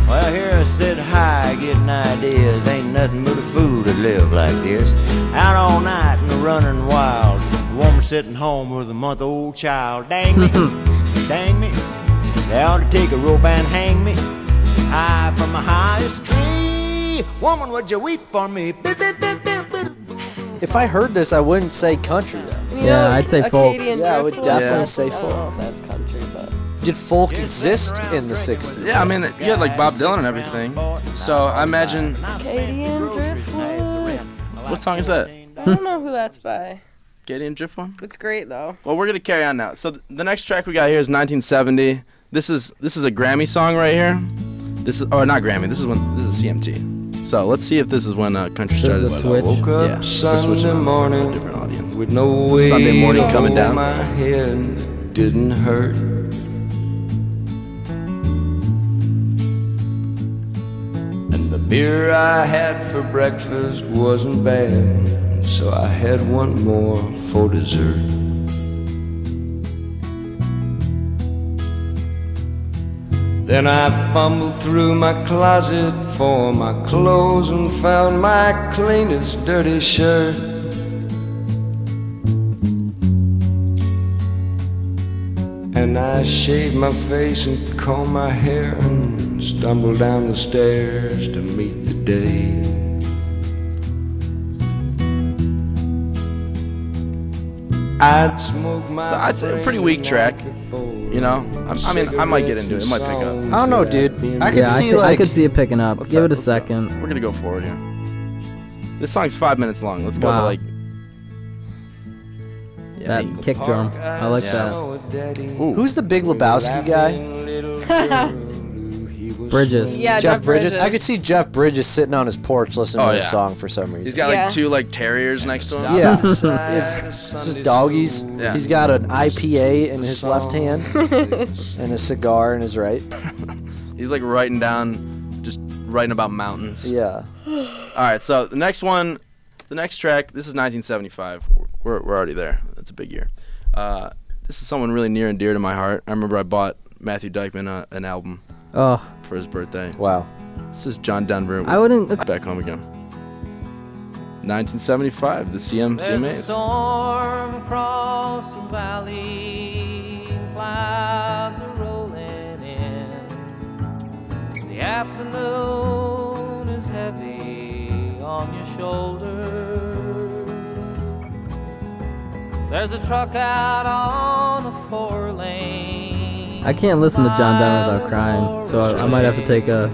S13: Well, here I sit high, getting ideas. Ain't nothing but a fool to live like this. Out all night and running wild. A woman sitting home with a month old child. Dang me, dang me. They ought to take a rope and hang me. High from the highest tree. me? Woman, would you weep for me? Beep, beep, beep, beep, beep.
S3: If I heard this, I wouldn't say country though.
S7: You know, Acadian
S3: Yeah, I would
S7: driftwood,
S3: definitely
S7: that's-
S3: say
S7: I don't know
S3: folk.
S7: if that's country, but
S3: Did folk exist in the '60s?
S6: Yeah, I mean, you had like Bob Dylan and everything. So I imagine.
S7: Acadian driftwood.
S6: What song is that?
S7: I don't know who that's by.
S6: Gideon Driftwood?
S7: It's great though.
S6: Well, we're gonna carry on now. So th- the next track we got here is 1970. This is this is a Grammy song right here. This is or not Grammy. This is when this is CMT. So let's see if this is when uh, country
S12: This
S6: started.
S12: is the switch. Woke up
S6: Yeah, the switch
S12: Sunday
S6: up.
S12: morning
S6: different audience.
S12: with no
S6: This is Sunday
S12: weight
S6: morning coming
S12: on
S6: down.
S12: My head didn't hurt. And the beer I had for breakfast wasn't bad, so I had one more for dessert. Then I fumbled through my closet for my clothes and found my cleanest dirty shirt. And I shaved my face and combed my hair and stumbled down the stairs to meet the day. I'd smoke my
S6: So it's a pretty weak track. You know, I'm, I mean, I might get into it. It might pick up.
S3: I don't know, dude. I could
S1: yeah, I,
S3: see
S1: thi- I
S3: like
S1: could see it picking up. Give it a second.
S6: We're gonna go forward here. This song's five minutes long. Let's go to
S1: Wow.
S6: like.
S1: That kick drum. I like
S12: Oh,
S6: that.
S3: Who's the Big Lebowski guy?
S1: that. Bridges.
S7: Yeah,
S3: Jeff,
S7: Jeff
S3: Bridges.
S7: Bridges.
S3: I could see Jeff Bridges sitting on his porch listening
S6: Oh,
S3: to
S6: yeah.
S3: this song for some reason.
S6: He's got like
S7: Yeah.
S6: two like terriers next to him.
S3: Yeah, it's just doggies.
S6: Yeah.
S3: He's got an IPA in his left hand and a cigar in his right.
S6: He's like writing down, just writing about mountains.
S3: Yeah.
S6: All right, so the next one, the next track. This is 1975. We're we're already there. That's a big year. Uh, this is someone really near and dear to my heart. I remember I bought Matthew Dykeman uh, an album
S1: Oh,
S6: for his birthday.
S3: Wow.
S6: This is John Denver.
S1: I wouldn't-
S6: Back home again. 1975. The CM
S14: There's a
S6: CMAs.
S14: storm across the valley, clouds are rolling in. The afternoon is heavy on your shoulders. There's a truck out on a four lane.
S1: I can't listen to John Denver without crying, so I, I might have to take a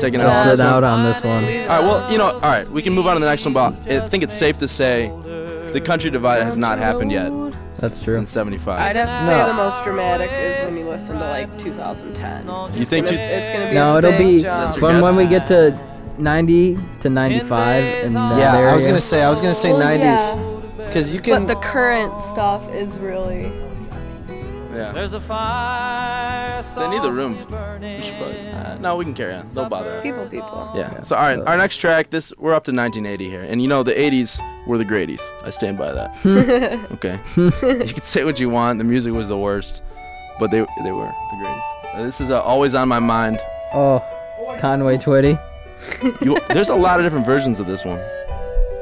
S6: Take an
S1: a
S6: hour on
S1: sit
S6: this one.
S1: out on this one.
S6: All right, well, you know, all right, we can move on to the next one, but I think it's safe to say the country divide has not happened yet.
S1: That's true.
S6: In 75.
S7: I'd have to say the most dramatic is when you listen to like 2010.
S6: You think
S7: it's
S6: two-
S7: gonna, it's gonna be
S1: No,
S7: a
S1: it'll
S7: big
S1: be
S7: jump.
S1: from when we get to 90 to 95 and that
S3: yeah, I was
S1: area.
S3: gonna say I was gonna say
S7: Well, yeah.
S3: '90s because you can.
S7: But the current stuff is really.
S6: Yeah.
S14: There's a fire.
S6: They need the room. We should probably- uh, no, we can carry on. They'll bother us.
S7: People, people.
S6: Yeah. So all right, our next track. This we're up to 1980 here, and you know the 80s were the greaties. I stand by that. okay. you can say what you want. The music was the worst, but they they were the greaties. Uh, This is uh, always on my mind.
S1: Oh, Conway Twitty.
S6: You, there's a lot of different versions of this one.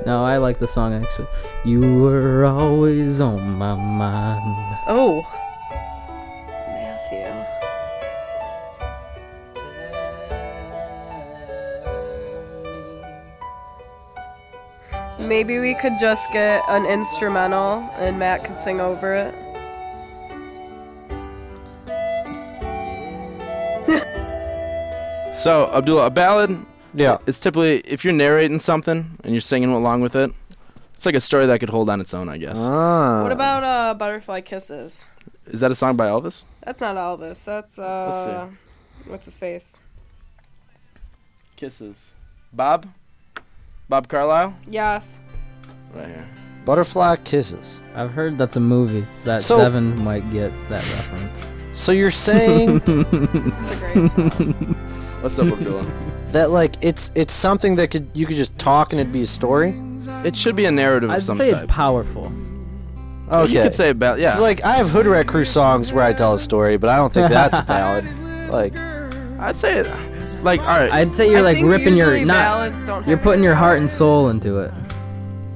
S1: No, I like the song actually. You were always on my mind.
S7: Oh. Matthew. Maybe we could just get an instrumental and Matt could sing over it.
S6: So Abdullah, a ballad.
S3: Yeah.
S6: It's typically if you're narrating something and you're singing along with it, it's like a story that could hold on its own, I guess.
S3: Ah.
S7: What about uh, Butterfly Kisses?
S6: Is that a song by Elvis?
S7: That's not Elvis. That's
S6: Let's see.
S7: uh, what's his face?
S6: Kisses. Bob. Bob Carlisle.
S7: Yes.
S6: Right here.
S3: Butterfly kisses.
S1: I've heard that's a movie that
S3: So-
S1: Devin might get that reference.
S3: So you're saying
S1: This
S7: is a great
S6: What's up, Abdullah?
S3: that like it's it's something that could you could just talk and it'd be a story?
S6: It should be a narrative
S1: I'd
S6: of some
S1: say
S6: type.
S1: it's powerful.
S3: Okay.
S6: You could say about yeah.
S3: It's like I have Hood Rat Crew songs where I tell a story, but I don't think that's a ballad. Like
S6: I'd say it. Like all right.
S1: I'd say you're
S6: I
S1: like
S6: think
S1: ripping your
S6: usually
S1: not.
S6: ballads don't have
S1: You're putting your heart and soul into it.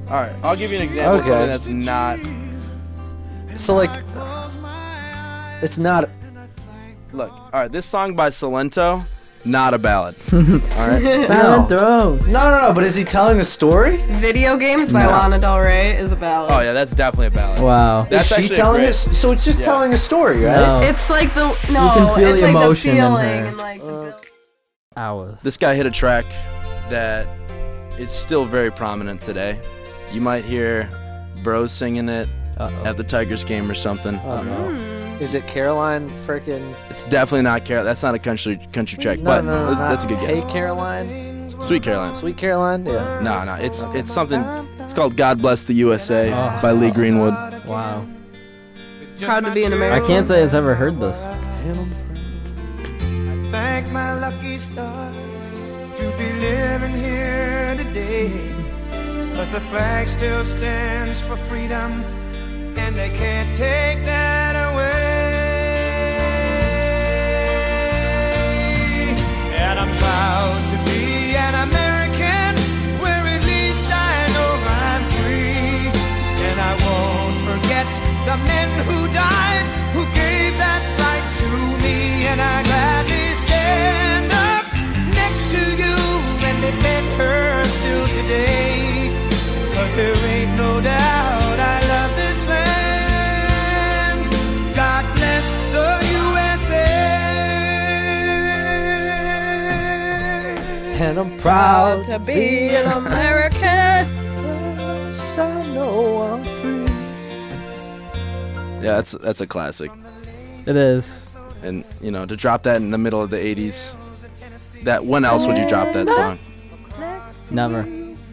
S6: all right. I'll give you an example. of
S1: Okay.
S6: Something that's not
S3: so like it's not
S6: Look, all right, this song by Salento Not a ballad. All
S1: Silent
S6: right.
S1: Throne.
S6: No, no, no. But is he telling a story?
S7: Video Games by
S6: No.
S7: Lana Del Rey is a ballad.
S6: Oh yeah, that's definitely a ballad.
S1: Wow.
S6: That's
S3: is she
S6: actually
S3: telling
S6: great.
S3: us? So it's just
S6: Yeah.
S3: telling a story, right?
S6: Oh.
S1: No.
S7: It's like the no.
S1: Uh, can feel
S7: it's
S1: the
S7: like
S1: emotion in
S7: the feeling
S1: her.
S7: and like the-
S1: Hours.
S6: This guy hit a track that is still very prominent today. You might hear bros singing it at the Tigers game or something.
S3: Oh, no. Is it Caroline freaking?
S6: It's definitely not Carol. That's not a country country track,
S3: No,
S6: but
S3: no, no, not
S6: that's a good
S3: Hey
S6: guess.
S3: Caroline,
S6: Sweet Caroline.
S3: Sweet Caroline, yeah.
S6: No, no, it's it's something. It's called "God Bless the USA"
S3: Ah.
S6: by Lee Greenwood.
S1: Wow.
S7: proud to be an
S1: I
S7: American.
S1: can't say I've ever heard this.
S15: Thank my lucky stars to be living here today. Cause the flag still stands for freedom, and they can't take that away. And I'm proud to be an American, where at least I know I'm free. And I won't forget the men who died, who gave that right to me. And I gladly stand up next to you and defend her still today. Cause there ain't no doubt I love this land. God bless the USA.
S3: And I'm
S7: proud
S3: proud
S7: to be an American.
S3: I know I'm free.
S6: Yeah, that's that's a classic.
S1: It is.
S6: And you know, to drop that in the middle of the '80s, that when else would you drop that song?
S1: Never.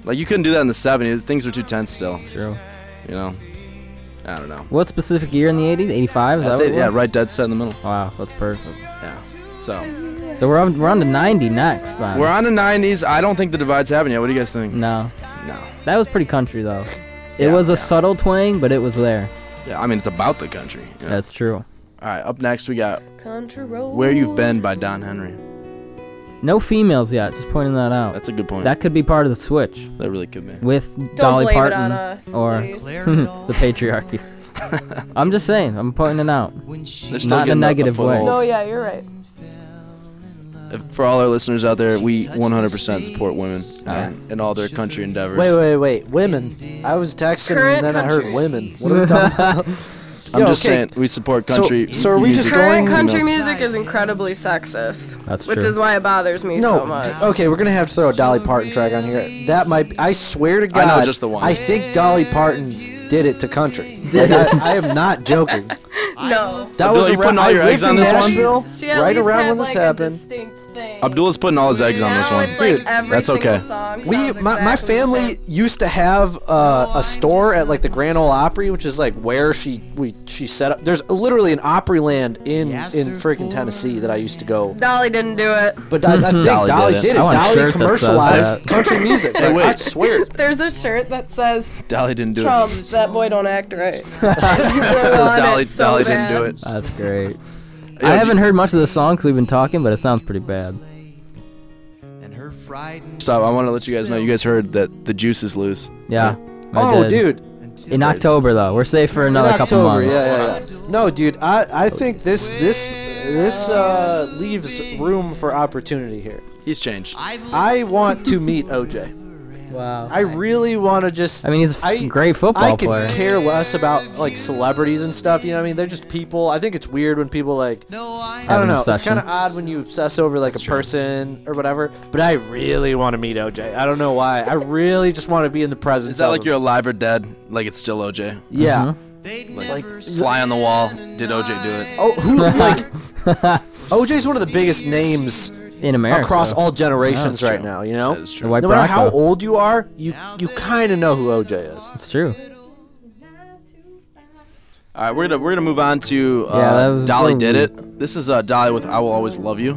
S6: Like you couldn't do that in the '70s. Things were too tense still.
S1: True.
S6: You know, I don't know.
S1: What specific year in the 80s? 85? Is
S6: That's
S1: that
S6: it.
S1: what
S6: Yeah,
S1: was?
S6: right. Dead set in the middle.
S1: Wow, that's perfect.
S6: Yeah. So
S1: So we're on, we're on to 90 next. Then.
S6: we're on the '90s. I don't think the divide's happened yet. What do you guys think?
S1: No.
S6: No.
S1: That was pretty country, though. It was a subtle twang, but it was there.
S6: Yeah, I mean, it's about the country. you know?
S1: That's true.
S6: All right. Up next, we got
S7: Country road.
S6: "Where You've Been" by Don Henry.
S1: No females yet, just pointing that out.
S6: That's a good point.
S1: That could be part of the switch.
S6: That really could be.
S1: With
S7: Don't
S1: Dolly
S7: blame it
S1: Parton
S7: on us,
S1: or
S7: please.
S1: the patriarchy. I'm just saying, I'm pointing it out.
S6: They're still
S1: Not in a
S6: getting a- a
S1: negative way.
S6: foothold.
S7: No, Oh, yeah, you're right.
S6: If- For all our listeners out there, we 100% support women and in all their country endeavors.
S3: Wait, wait, wait. Women. I was texting
S7: Current
S3: and then I
S7: country.
S3: heard women. What are we talking about?
S6: I'm
S3: Yo,
S6: just
S3: okay.
S6: saying we support
S3: So-
S6: country.
S3: so are we
S6: music.
S3: just
S7: Current
S3: going-
S7: country
S3: Females.
S7: music is incredibly sexist.
S1: That's
S7: Which
S3: true.
S7: is why it bothers me
S3: No.
S7: so much.
S3: d- Okay, we're gonna have to throw a Dolly Parton track on here. That might. Be, I swear to
S6: I
S3: God.
S6: know just the one.
S3: I think Dolly Parton did it to country. Like, I, I am not joking.
S7: No.
S3: That
S6: Abdul,
S3: was
S6: you
S3: around,
S6: putting all
S3: I
S6: your
S3: lived
S6: eggs
S3: in
S6: on this one?
S3: Nashville,
S7: She at
S3: right
S7: least
S3: around
S7: had,
S3: when this
S7: like, a
S3: happened.
S6: Abdul's putting all his eggs on this one.
S7: it's like Dude, every
S6: that's
S7: single
S6: okay.
S7: song
S3: We,
S7: sounds
S3: my, my
S7: exactly the
S3: family used to have
S7: Oh,
S3: uh, a store at like the Grand Ole Opry, which is like where she we she set up. There's literally an Opryland in in freaking Tennessee that I used to go.
S7: Dolly didn't do it.
S3: But I, I think
S1: Dolly
S3: Dolly,
S1: did it.
S3: did it.
S1: I want a shirt that says
S3: Dolly commercialized
S1: that.
S3: country music.
S6: Hey,
S3: Like, I
S6: wait.
S3: swear.
S7: There's a shirt that says
S6: Dolly didn't do
S7: Trump, that boy don't act right.
S6: it. It says
S7: I want
S6: Dolly,
S7: it so
S6: Dolly
S7: bad.
S6: didn't do it.
S1: That's great.
S6: Yeah,
S1: I
S6: you-
S1: haven't heard much of the song because we've been talking, but it sounds pretty bad.
S6: Stop. I want to let you guys know. You guys heard that the juice is loose.
S1: Yeah. I
S3: Oh,
S1: did.
S3: dude.
S1: In October, though. We're safe for another
S3: in
S1: couple
S3: October,
S1: months.
S3: Yeah, yeah, yeah. No, dude, I, I think this this this uh, leaves room for opportunity here.
S6: He's changed.
S3: I want to meet OJ.
S1: Wow.
S3: I really want to just.
S1: I mean, he's a f-
S3: I-
S1: great football
S3: I could
S1: player.
S3: care less about like celebrities and stuff. You know, what I mean, they're just people. I think it's weird when people like. I
S1: Have an
S3: don't know. It's
S1: obsession.
S3: kind of odd when you obsess over like a person or whatever. But I really want to meet OJ. I don't know why. I really just want to be in the presence.
S6: Is that
S3: of
S6: like
S3: him.
S6: you're alive or dead? Like it's still
S1: Mm-hmm.
S6: OJ?
S3: Yeah.
S6: Like, fly on the wall. Did OJ do it?
S3: Oh, who like OJ's one of the biggest names
S1: In America.
S3: across all generations
S1: Yeah, that's
S3: right
S1: true.
S3: now. You know,
S6: That's
S1: The
S6: true.
S1: White
S3: no matter how
S1: Bronco.
S3: old you are, you you kind of know who OJ is.
S1: It's true.
S6: All right, we're gonna we're gonna move on to uh,
S1: Yeah, that was
S6: Dolly
S1: probably-
S6: did it. This is uh, Dolly with "I Will Always Love You."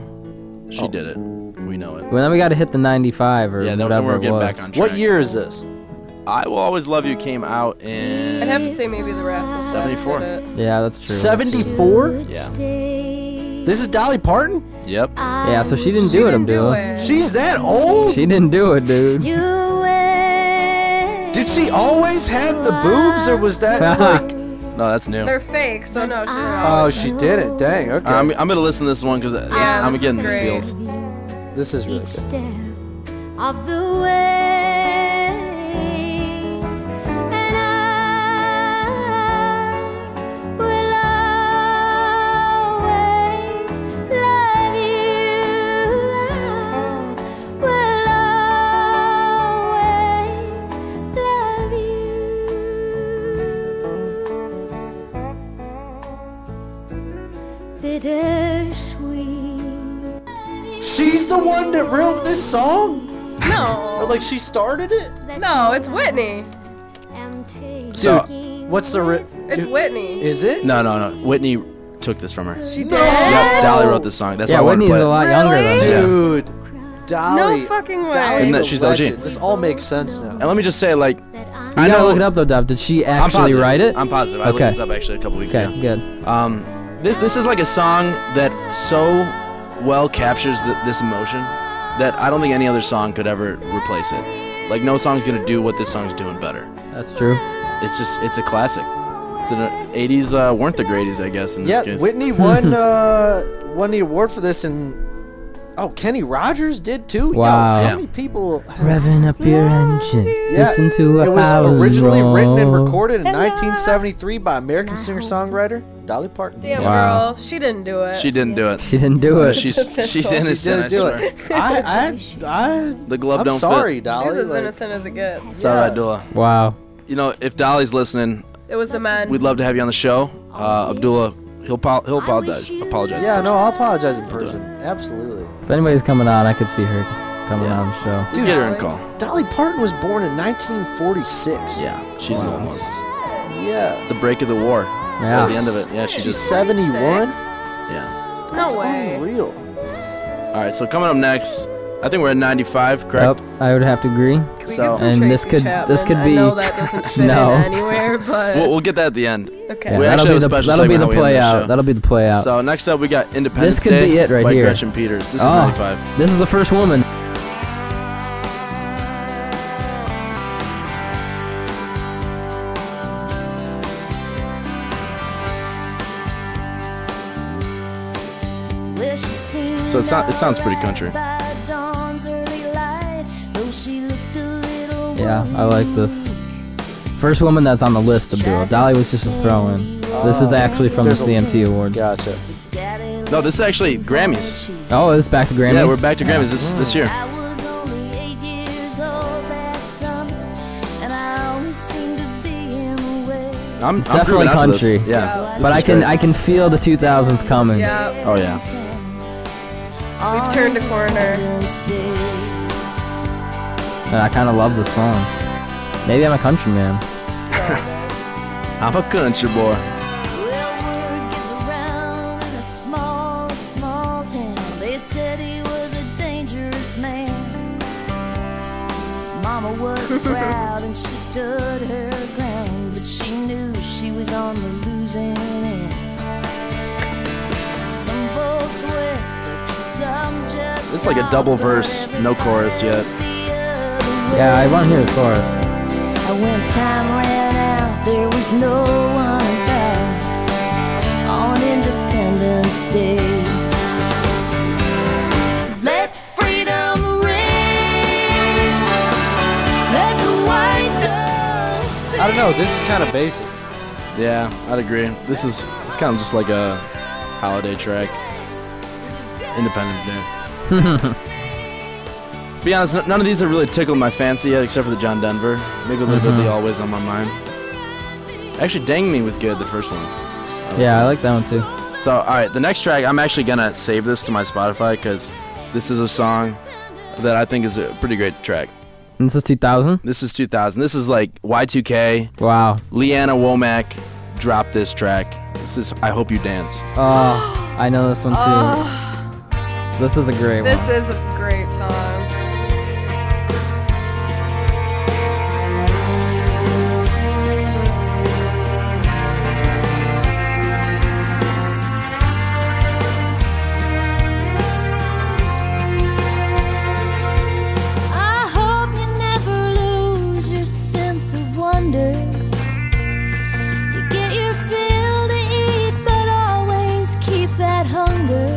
S6: She
S1: Oh.
S6: did it. We know it.
S1: Well, then we got to hit the 95 or
S6: Yeah, then
S1: whatever
S6: we're
S1: it
S6: getting
S1: was.
S6: back on track.
S3: What year is this?
S6: "I Will Always Love You" came out in.
S7: I'd have to say maybe the Rascal Flatts
S6: 74.
S7: did it.
S1: Yeah, that's true.
S3: Seventy four.
S6: Yeah.
S3: This is Dolly Parton.
S6: Yep.
S7: Uh,
S1: Yeah, so she didn't do it, Abdul.
S3: She's that old.
S1: She didn't do it, dude.
S3: Did she always have the boobs, or was that like?
S6: No, that's new.
S7: They're fake, so no, she didn't.
S3: Ah. Oh, she did it. Dang. Okay.
S6: I'm, I'm gonna listen to this one because
S7: Yeah,
S6: I'm
S7: this
S6: getting
S7: is
S6: the
S7: great.
S6: feels.
S3: This is really
S16: each
S3: good.
S16: step of the way. And I will always love you. I will always love you. Bittersweet.
S3: She's the one that wrote this song?
S7: No.
S3: like Oh, she started it?
S7: No, it's Whitney.
S6: So-
S3: what's the ri-
S7: It's Whitney.
S3: Is it?
S6: No, no, no. Whitney took this from her.
S7: She did.
S6: Yep, Dolly wrote this song. That's
S1: Yeah,
S6: why I wanted
S1: Whitney's
S6: to play
S1: a
S6: it.
S1: lot younger than Really? her.
S3: Dude, Dolly.
S7: No fucking way.
S3: Dolly's
S6: Isn't that-
S3: a
S6: she's the OG.
S3: legend. This all makes sense now.
S6: And let me just say, like,
S1: You
S6: I
S1: gotta
S6: know
S1: look it up though, Dov. Did she
S6: I'm
S1: actually
S6: positive.
S1: write it?
S6: I'm positive. I
S1: Okay.
S6: looked this up actually a couple weeks
S1: Okay,
S6: ago.
S1: good.
S6: Um, this, this is like a song that so well captures th this emotion that I don't think any other song could ever replace it. Like no song's gonna do what this song's doing better.
S1: That's true.
S6: It's just it's a classic. It's an uh, 80s uh, weren't the greatest, I guess. In
S3: Yeah,
S6: this case.
S3: Whitney won uh, won the award for this, and oh, Kenny Rogers did too. Yo,
S1: Wow.
S3: how
S1: Yeah.
S3: many people?
S1: Revving up your engine.
S3: Yeah,
S1: Listen to a
S3: it was
S1: howling
S3: originally written and
S1: roar.
S3: recorded in 1973 by American singer-songwriter Dolly Parton.
S7: Damn
S1: Wow.
S7: girl, she didn't do it.
S6: She didn't do it.
S1: She didn't do it.
S6: She's she's innocent.
S3: She
S6: I swear.
S3: didn't do it. I, I, I,
S6: The glove
S3: I'm
S6: don't
S3: sorry,
S6: fit.
S3: Dolly.
S7: She's as
S3: like-
S7: innocent as it gets.
S6: It's all right, Dula.
S1: Wow.
S6: You know, if Dolly's listening,
S7: It was the men.
S6: we'd love to have you on the show. Uh, Abdullah, he'll po- he'll apologize. Apologize.
S3: yeah, no, I'll apologize in person. Absolutely.
S1: If anybody's coming on, I could see her coming on the show.
S3: Dude,
S6: Get her in call.
S3: Dolly Parton was born in 1946.
S6: Yeah, she's an old one.
S3: Yeah.
S6: The break of the war.
S1: Yeah.
S6: Or the end of it. Yeah, she
S3: She's
S6: just.
S3: 71.
S6: Yeah.
S7: No way.
S3: Real.
S6: All right, so coming up next, I think we're at 95, correct?
S1: Yep, I would have to agree.
S7: we get some
S1: and this
S7: Tracy
S1: could
S7: Chapman?
S1: this could
S7: I
S1: be
S7: know that doesn't fit in
S1: no.
S7: anywhere, but-
S6: We'll, we'll get that at the end.
S7: Okay.
S1: Yeah, that'll
S6: we actually
S1: be
S6: have a
S1: the-
S6: special
S1: that'll be
S6: segment
S1: the
S6: how we end
S1: play
S6: the
S1: out.
S6: show.
S1: That'll be the play out.
S6: So next up, we got Independence
S1: could
S6: Day
S1: be it right
S6: by
S1: here.
S6: Gretchen Peters. This
S1: Oh,
S6: is 95.
S1: This is the first woman.
S16: Well, she seemed
S6: So it sou- it sounds pretty country.
S16: by dawn's early light, though she looked a little
S1: Yeah, I like this. First woman that's on the list, Abdul. Dolly was just a throw-in. This
S7: Oh.
S1: is actually from the
S6: There's a-
S1: CMT award.
S3: Gotcha.
S6: No, this is actually Grammys.
S1: Oh, it's back to Grammys.
S6: Yeah, we're back to Grammys this this year.
S16: I was only eight years old that summer, and I always seemed to be in the way.
S6: I'm,
S1: It's
S6: I'm
S1: definitely
S6: grooving out to this.
S1: country.
S6: Yeah.
S1: but I can I can feel the 2000s coming.
S7: Yeah.
S6: Oh yeah.
S7: We've turned a corner.
S1: And I kind of love this song. Maybe I'm a country man.
S6: I'm a country boy.
S16: Well, word gets around in a small, small town. They said he was a dangerous man. Mama was proud and she stood her ground, but she knew she was on the losing end. Some folks whispered, some just.
S6: This is like a double verse, no chorus yet.
S1: Yeah, I want to hear the chorus.
S16: And when time ran out, there was no one about on Independence Day. Let freedom ring. Let the white dove sing.
S3: I don't know. This is kind of basic.
S6: Yeah, I'd agree. This is it's kind of just like a holiday track. Independence Day. To be honest, n- none of these have really tickled my fancy yet, except for the John Denver. Maybe a little bit of
S1: Mhm.
S6: the Always on My Mind. Actually, Dang Me was good, the first one.
S1: Yeah, I like that one too.
S6: So, all right, the next track, I'm actually gonna save this to my Spotify because this is a song that I think is a pretty great track.
S1: And this is 2000.
S6: This is 2000. This is like Y2K.
S1: Wow.
S6: Leanna Womack dropped this track. This is I Hope You Dance.
S1: Oh, I know this one too. This is a great one.
S7: Oh. This is a great song.
S16: I hope you never lose your sense of wonder. You get your fill to eat, but always keep that hunger.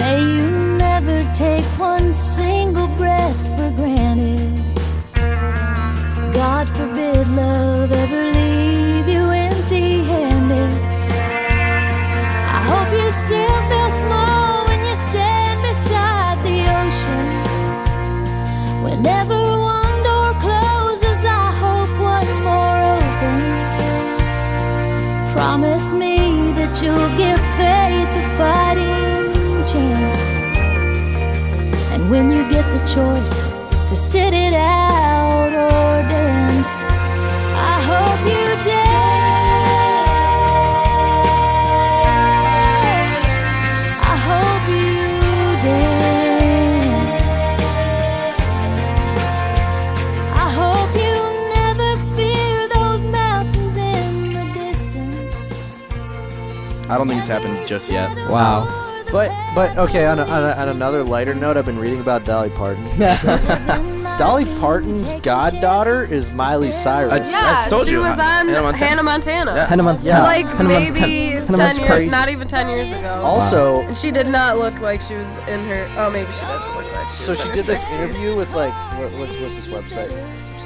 S16: May you never Whenever one door closes, I hope one more opens. Promise me that you'll give faith a fighting chance. And when you get the choice to sit it out or dance, I hope you dance. I hope you dance. I hope you never fear those mountains in the distance.
S6: I don't think it's happened just yet.
S3: Wow. But but okay, on, a, on, a, on another lighter note, I've been reading about Dolly Parton. Dolly Parton's goddaughter is Miley Cyrus.
S7: Yeah, she was on Hannah Montana.
S3: Hannah Montana.
S7: Like
S3: Hannah Montana.
S7: maybe
S3: Hannah
S7: ten
S3: Montana.
S7: years,
S3: Crazy.
S7: not even ten years ago.
S3: Also-
S7: and she did not look like she was in her. Oh, maybe she does look like. She
S3: So
S7: was
S3: she
S7: in
S3: did
S7: her
S3: this
S7: 60s.
S3: interview with like what, what's what's this website?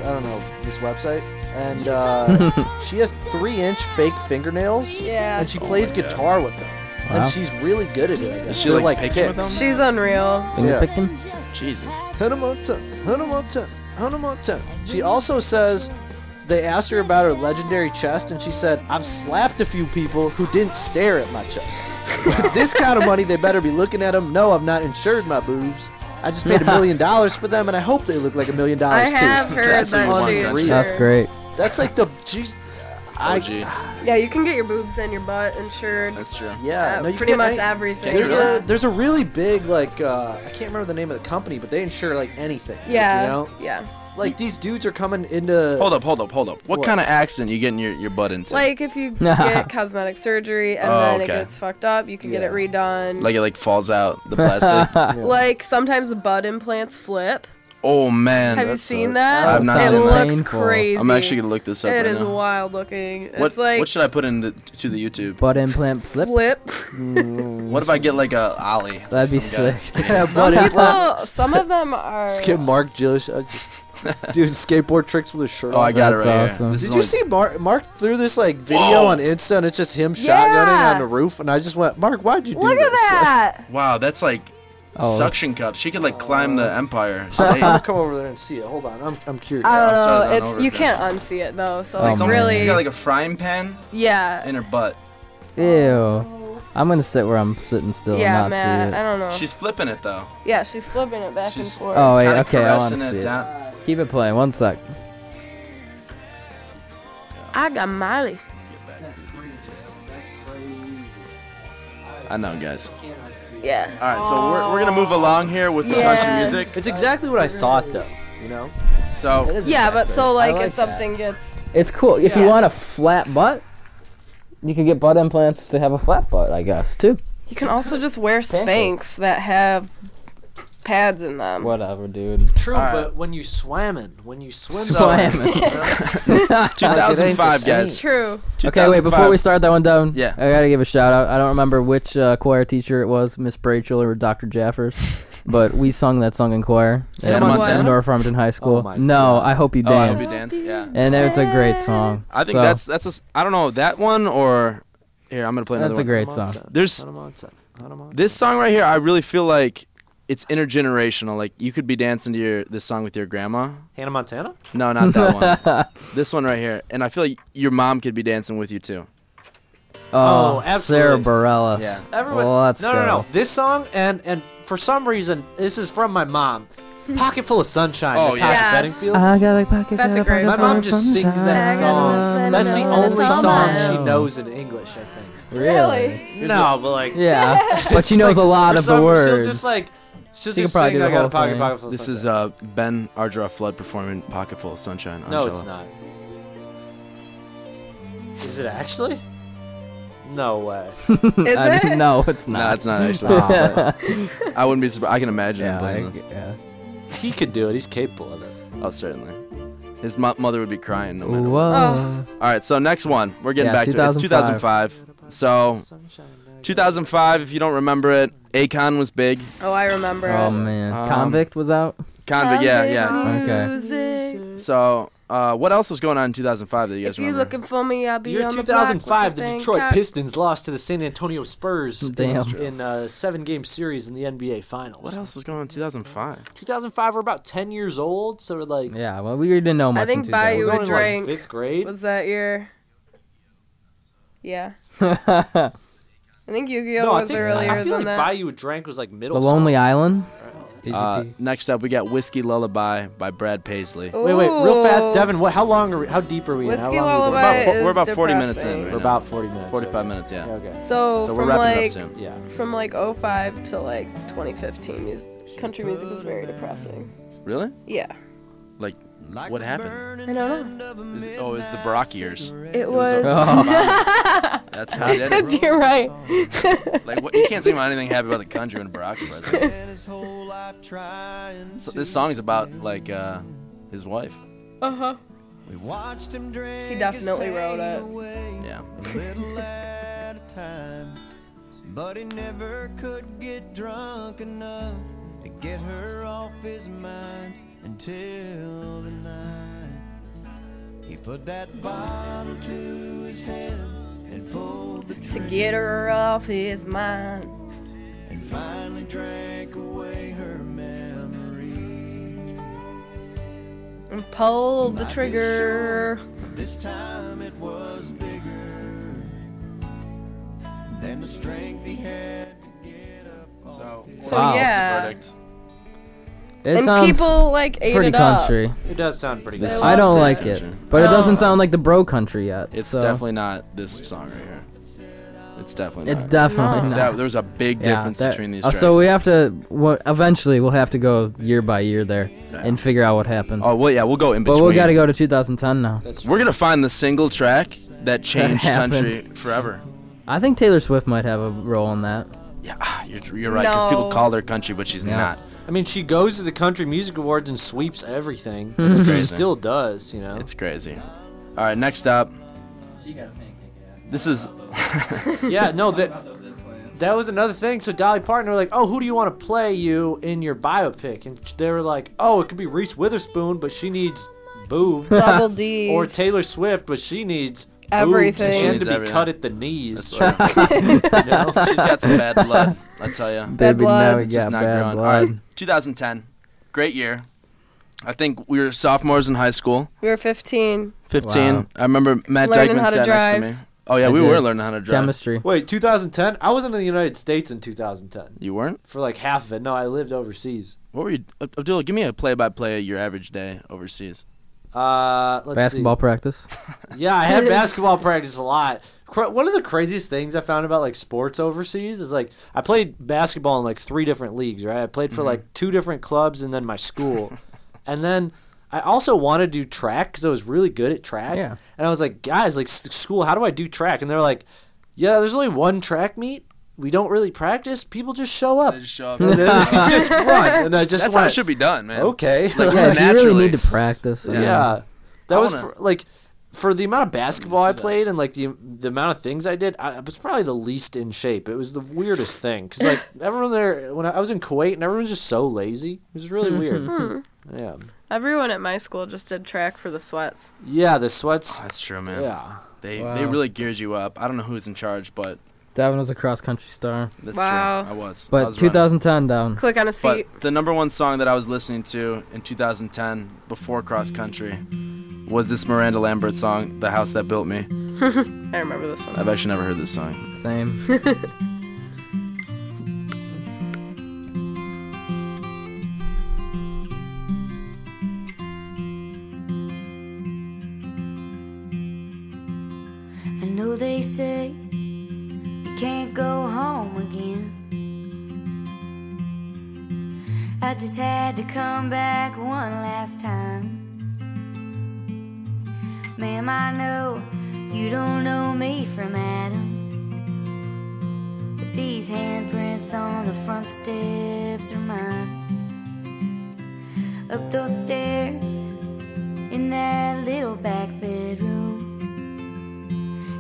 S3: I don't know this website, and uh, she has three-inch fake fingernails.
S7: Yeah.
S3: And she
S7: Oh
S3: plays
S7: my God.
S3: guitar with them,
S1: Wow.
S3: and she's really good at it. I guess.
S6: she,
S3: They're,
S6: like,
S3: like,
S6: picking with
S3: hits.
S7: She's unreal.
S1: Finger
S3: Yeah.
S1: picking?
S6: Jesus.
S3: Hunamota, Hunamota, Hunamota. She also says they asked her about her legendary chest, and she said, I've slapped a few people who didn't stare at my chest. With this kind of money, they better be looking at them. No, I've not insured my boobs. I just paid a million dollars for them, and I hope they look like a million dollars too.
S7: have heard that she insured- That's
S1: great.
S3: That's like the. Geez, I,
S7: Yeah, you can get your boobs and your butt insured. uh,
S6: That's true.
S3: Yeah, no, you
S7: pretty
S3: can get
S7: much
S3: any-
S7: everything.
S3: There's
S7: yeah.
S3: a there's a really big like uh, I can't remember the name of the company, but they insure like anything. like,
S7: Yeah,
S3: you know,
S7: yeah.
S3: like these dudes are coming into.
S6: Hold up, hold up, hold up. What,
S3: What?
S6: kind of accident you getting your, your butt into?
S7: Like if you get cosmetic surgery and
S6: Oh,
S7: then it
S6: okay.
S7: gets fucked up, you can get it redone.
S6: like it like falls out the plastic.
S7: Like sometimes the butt implants flip.
S6: oh man.
S7: Have you
S6: that
S7: seen
S6: sucks.
S7: that?
S6: I've not
S7: it
S6: seen that.
S7: looks crazy.
S6: I'm actually gonna look this up
S7: It
S6: right
S7: is
S6: now.
S7: wild looking.
S6: What,
S7: it's like
S6: what should I put in the, to the YouTube?
S1: Butt implant flip.
S7: flip.
S3: Mm.
S6: What if I get like a ollie?
S1: That'd be
S6: Some guy.
S1: sick.
S3: Yeah,
S7: Some
S3: butt implant.
S7: people, some of them are.
S3: Let's get Mark Gillish. I just doing skateboard tricks with his shirt.
S6: Oh,
S3: on.
S6: I got it That's right here. awesome. This is
S3: Did you
S6: only-
S3: see Mark? Mark threw this like video
S6: Whoa.
S3: on Insta, and it's just him
S7: Yeah.
S3: shotgunning on the roof, and I just went, Mark, why'd you do
S7: Look at
S3: this?
S7: that.
S6: Wow, that's like
S3: Oh.
S6: suction cups. She could like climb the Empire
S3: I'm
S6: State.
S3: gonna come over there and see it. Hold on, I'm, I'm curious.
S7: I
S6: I'll
S7: don't know.
S6: start that
S7: Oh, It's
S6: over
S7: you
S6: then.
S7: can't unsee it though. So
S1: Oh,
S7: like
S1: man.
S6: She
S7: really,
S6: got like a frying pan
S7: yeah.
S6: in her butt.
S1: Ew. I'm gonna sit where I'm sitting still
S7: Yeah,
S1: and not
S7: Matt.
S1: see it.
S7: I don't know.
S6: She's flipping it though.
S7: yeah, she's flipping it back and
S6: She's-
S7: forth.
S1: Oh wait,
S6: Kinda
S1: okay, I want
S6: caressing
S1: to
S6: it
S1: see it.
S6: down.
S1: Keep it playing. One sec.
S7: I got Miley.
S6: I know, guys.
S7: Yeah.
S6: All right, so we're, we're gonna move along here with the
S7: Yeah.
S6: country music.
S3: It's exactly what I thought though. You know.
S6: So
S7: Yeah, but so
S1: I
S7: like,
S1: like
S7: if something gets
S1: It's cool. If you
S7: Yeah.
S1: want a flat butt, you can get butt implants to have a flat butt, I guess, too.
S7: You can also just wear Spanx that have pads in them.
S1: Whatever, dude.
S3: True,
S1: Alright.
S3: but when you swamming, when you swim,
S1: Swamming.
S3: though,
S6: 2005, guys.
S7: True.
S1: Okay, wait, before we start that one down,
S6: Yeah.
S1: I gotta give a shout out. I don't remember which uh, choir teacher it was, Miss Brachel or Dr. Jaffers, but we sung that song in choir
S6: Hannah
S1: at
S6: Montana?
S1: North Farmington High School.
S3: Oh my
S1: no, I hope you
S6: Oh, I
S1: dance.
S6: hope you dance, yeah.
S1: And it's a great song.
S6: I think
S1: So,
S6: that's that's a s- I don't know that one or here I'm gonna play another.
S1: That's a
S6: one.
S1: great song.
S6: There's this song right here. I really feel like it's intergenerational. Like you could be dancing to your this song with your grandma.
S3: Hannah Montana.
S6: No, not that one. this one right here. And I feel like your mom could be dancing with you too.
S1: Oh,
S3: Oh,
S1: Sarah
S3: absolutely.
S1: Bareilles.
S6: Yeah.
S3: Everyone,
S1: Let's
S3: no, no,
S1: go.
S3: no. This song and and for some reason, this is from my mom. Pocket full of sunshine.
S6: Oh,
S3: by Tasha
S6: yeah.
S1: Yes.
S3: Bedingfield.
S1: I got a pocket.
S7: That's
S1: full
S7: a
S1: of
S7: great
S3: my
S1: pockets
S7: song.
S3: mom
S1: full of
S3: just sings that
S1: sunshine.
S3: song. That's the only
S7: It's all
S3: song
S7: mine.
S3: she knows in English, I think.
S1: Really?
S3: No, but like,
S1: Yeah. but
S3: it's
S1: she knows
S3: like-
S1: a lot
S3: for
S1: of the
S3: some-
S1: words.
S3: She'll just like, she'll
S1: She can
S3: just
S1: probably do
S3: sing.
S1: the
S3: I got
S1: whole
S3: a pocket
S1: thing.
S3: pocket full of
S6: This
S3: sunshine.
S6: is uh, Ben Ardra Flood performing "Pocketful of Sunshine." On
S3: No,
S6: cello.
S3: it's not. Is it actually? No way.
S7: Is
S1: I
S7: it?
S1: mean, no, it's not.
S6: No, it's not actually.
S1: Aw.
S6: But I wouldn't be surprised. I can imagine him
S1: Yeah,
S6: playing
S1: I-
S6: this.
S1: yeah.
S3: he could do it. He's capable of it.
S6: Oh, certainly. His mo- mother would be crying no matter. What.
S1: Whoa.
S6: All right, so next one. We're getting
S1: Yeah,
S6: back to it. It's 2005. So, 2005. If you don't remember it, Akon was big.
S7: Oh, I remember.
S1: Oh
S7: it.
S1: man,
S6: Um,
S1: Convict was out.
S6: Convict, yeah, yeah.
S1: Okay.
S7: Music.
S6: So, Uh, what else was going on in 2005 that you guys
S7: If you
S6: remember?
S7: looking for me, I'll be
S3: Year
S7: on the block with
S3: 2005, the
S7: thing
S3: Detroit
S7: cocked.
S3: Pistons lost to the San Antonio Spurs
S6: Damn. That's true.
S3: in a seven-game series in the NBA Finals.
S6: What else was going on in 2005?
S3: 2005, we're about 10 years old, so we're like
S1: Yeah, well, we didn't know much.
S7: I think
S1: in
S7: Buy You
S1: 2000.
S7: a Drink
S3: fifth grade.
S7: was that year. Yeah,
S1: the
S7: I think Yu-Gi-Oh
S3: I
S7: was
S3: think-
S7: earlier
S3: I feel
S7: than
S3: like
S7: that.
S3: Buy You a Drink was like middle.
S1: Lonely Island.
S6: Uh, next up, we got Whiskey Lullaby by Brad Paisley.
S7: Oh.
S3: Wait, wait, real fast, Devin. What? How long are we? How deep are we? in? How
S7: Whiskey
S3: long are we
S6: We're
S3: going?
S6: about, fo- we're about 40 minutes in.
S7: depressing.
S6: right
S3: We're
S6: now.
S3: about 40 minutes.
S6: 45 minutes, yeah.
S3: Okay.
S7: So,
S6: So we're
S7: from
S6: wrapping it
S7: like
S6: up soon.
S3: Yeah.
S7: from like 05 to like 2015, mus- country music was very depressing.
S6: Really?
S7: Yeah,
S6: Like, what happened?
S7: I don't know.
S6: Is it- oh, is the Brock years?
S7: It was.
S6: That's how it
S7: That's-
S6: ended.
S7: You're right.
S6: Like, what, you can't sing about anything happy about the country when Brock's president. So this song's about like uh, his wife.
S7: Uh huh.
S6: We watched.
S7: He definitely wrote it.
S6: Yeah.
S15: little at a time. But he never could get drunk enough to get her off his mind until the night. He put that bottle to his head and pulled the
S7: To get her off his mind.
S15: and finally drank away her memory.
S7: and pulled the trigger.
S15: This time it was bigger than the strength he had.
S6: So,
S7: So
S1: Wow.
S7: yeah,
S6: Verdict.
S1: It
S7: and
S1: sounds
S7: people like ate
S1: pretty
S7: it
S1: country.
S7: up.
S3: It does sound pretty.
S7: They
S3: good.
S7: loved
S1: I don't
S7: it.
S1: like it, but it doesn't sound like the bro country yet.
S6: It's
S1: so.
S6: definitely not this song right here. It's definitely.
S1: It's
S6: not.
S1: definitely
S6: That-
S1: not.
S6: there's a big
S1: Yeah,
S6: difference
S1: that-
S6: between these.
S1: uh, So we have to. Well, eventually, we'll have to go year by year there and figure out what happened.
S6: Oh well, yeah, we'll go in
S1: but
S6: between.
S1: we got to go to 2010 now.
S6: We're gonna find the single track that changed
S1: happened.
S6: country forever.
S1: I think Taylor Swift might have a role in that.
S6: Yeah, ah, you're, you're right. Because people
S7: No.
S6: call her country, but she's
S1: Yeah.
S6: not.
S3: I mean, she goes to the Country Music Awards and sweeps everything.
S6: Hmm. That's
S3: she
S6: crazy.
S3: still does, you know.
S6: It's crazy. All right, next up. This is.
S3: yeah, no, that that was another thing. So Dolly Parton were like, "Oh, who do you want to play you in your biopic?" And they were like, "Oh, it could be Reese Witherspoon, but she needs boobs."
S7: Double D's.
S3: Or Taylor Swift, but she needs
S7: Everything.
S3: boobs
S7: She
S3: and
S6: needs
S3: to be
S6: everything.
S3: cut at the knees.
S6: That's
S3: Like, you know?
S6: She's got some bad blood. I tell you.
S1: Baby, now we
S6: It's just
S1: got
S6: not
S1: bad
S6: growing. All
S1: blood.
S6: right, 2010, great year. I think we were sophomores in high school.
S7: We were 15.
S6: 15.
S1: Wow.
S6: I remember Matt
S7: Learning
S6: Dykeman
S7: how to
S6: sat next to
S7: drive.
S6: me. Oh yeah,
S1: I
S6: we
S1: did.
S6: were learning how to drive.
S1: Chemistry.
S3: Wait, 2010? I wasn't in the United States in 2010
S6: You weren't?
S3: for like half of it. No, I lived overseas.
S6: What were you? Ab- Abdullah, give me a play-by-play of your average day overseas.
S3: Uh, let's
S1: Basketball practice.
S3: See. Yeah, I had basketball practice a lot. Cra- One of the craziest things I found about like sports overseas is like I played basketball in like three different leagues, right? I played for
S6: Mm-hmm.
S3: like two different clubs and then my school. and then I also wanted to do track cuz I was really good at track.
S1: Yeah.
S3: And I was like, "Guys, like s- school, how do I do track?" And they're like, "Yeah, there's only one track meet. We don't really practice. People just show up." And then they just run. And I just
S6: That's how
S3: went,
S6: it should be done, man.
S3: Okay.
S6: Like,
S1: yeah, if you
S6: naturally.
S1: really need to practice. I
S3: Yeah.
S1: mean,
S3: That
S6: I
S3: was
S6: wanna-
S3: pr- like for the amount of basketball I played and like the the amount of things I did, I I was probably the least in shape. It was the weirdest thing cuz like everyone there when I, I was in Kuwait and everyone was just so lazy. It was
S6: Hmm.
S3: really
S7: Hmm.
S3: weird. yeah.
S7: Everyone at my school just did track for the sweats.
S3: Yeah, the sweats.
S6: That's true, man.
S3: Yeah.
S6: They
S1: Wow.
S6: they really geared you up. I don't know who's in charge, but
S1: Davin was a cross country star.
S6: that's
S7: Wow.
S6: true. I was. I
S1: But
S6: was running.
S1: 2010 down.
S7: Click on his feet.
S6: But the number one song that I was listening to in 2010 before cross country was this Miranda Lambert song, "The House That Built Me."
S7: I remember this one.
S6: I've actually never heard this song.
S1: Same.
S17: I know they say you can't go home again. I just had to come back one last time. Ma'am, I know you don't know me from Adam. But these handprints on the front steps are mine. Up those stairs in that little back bedroom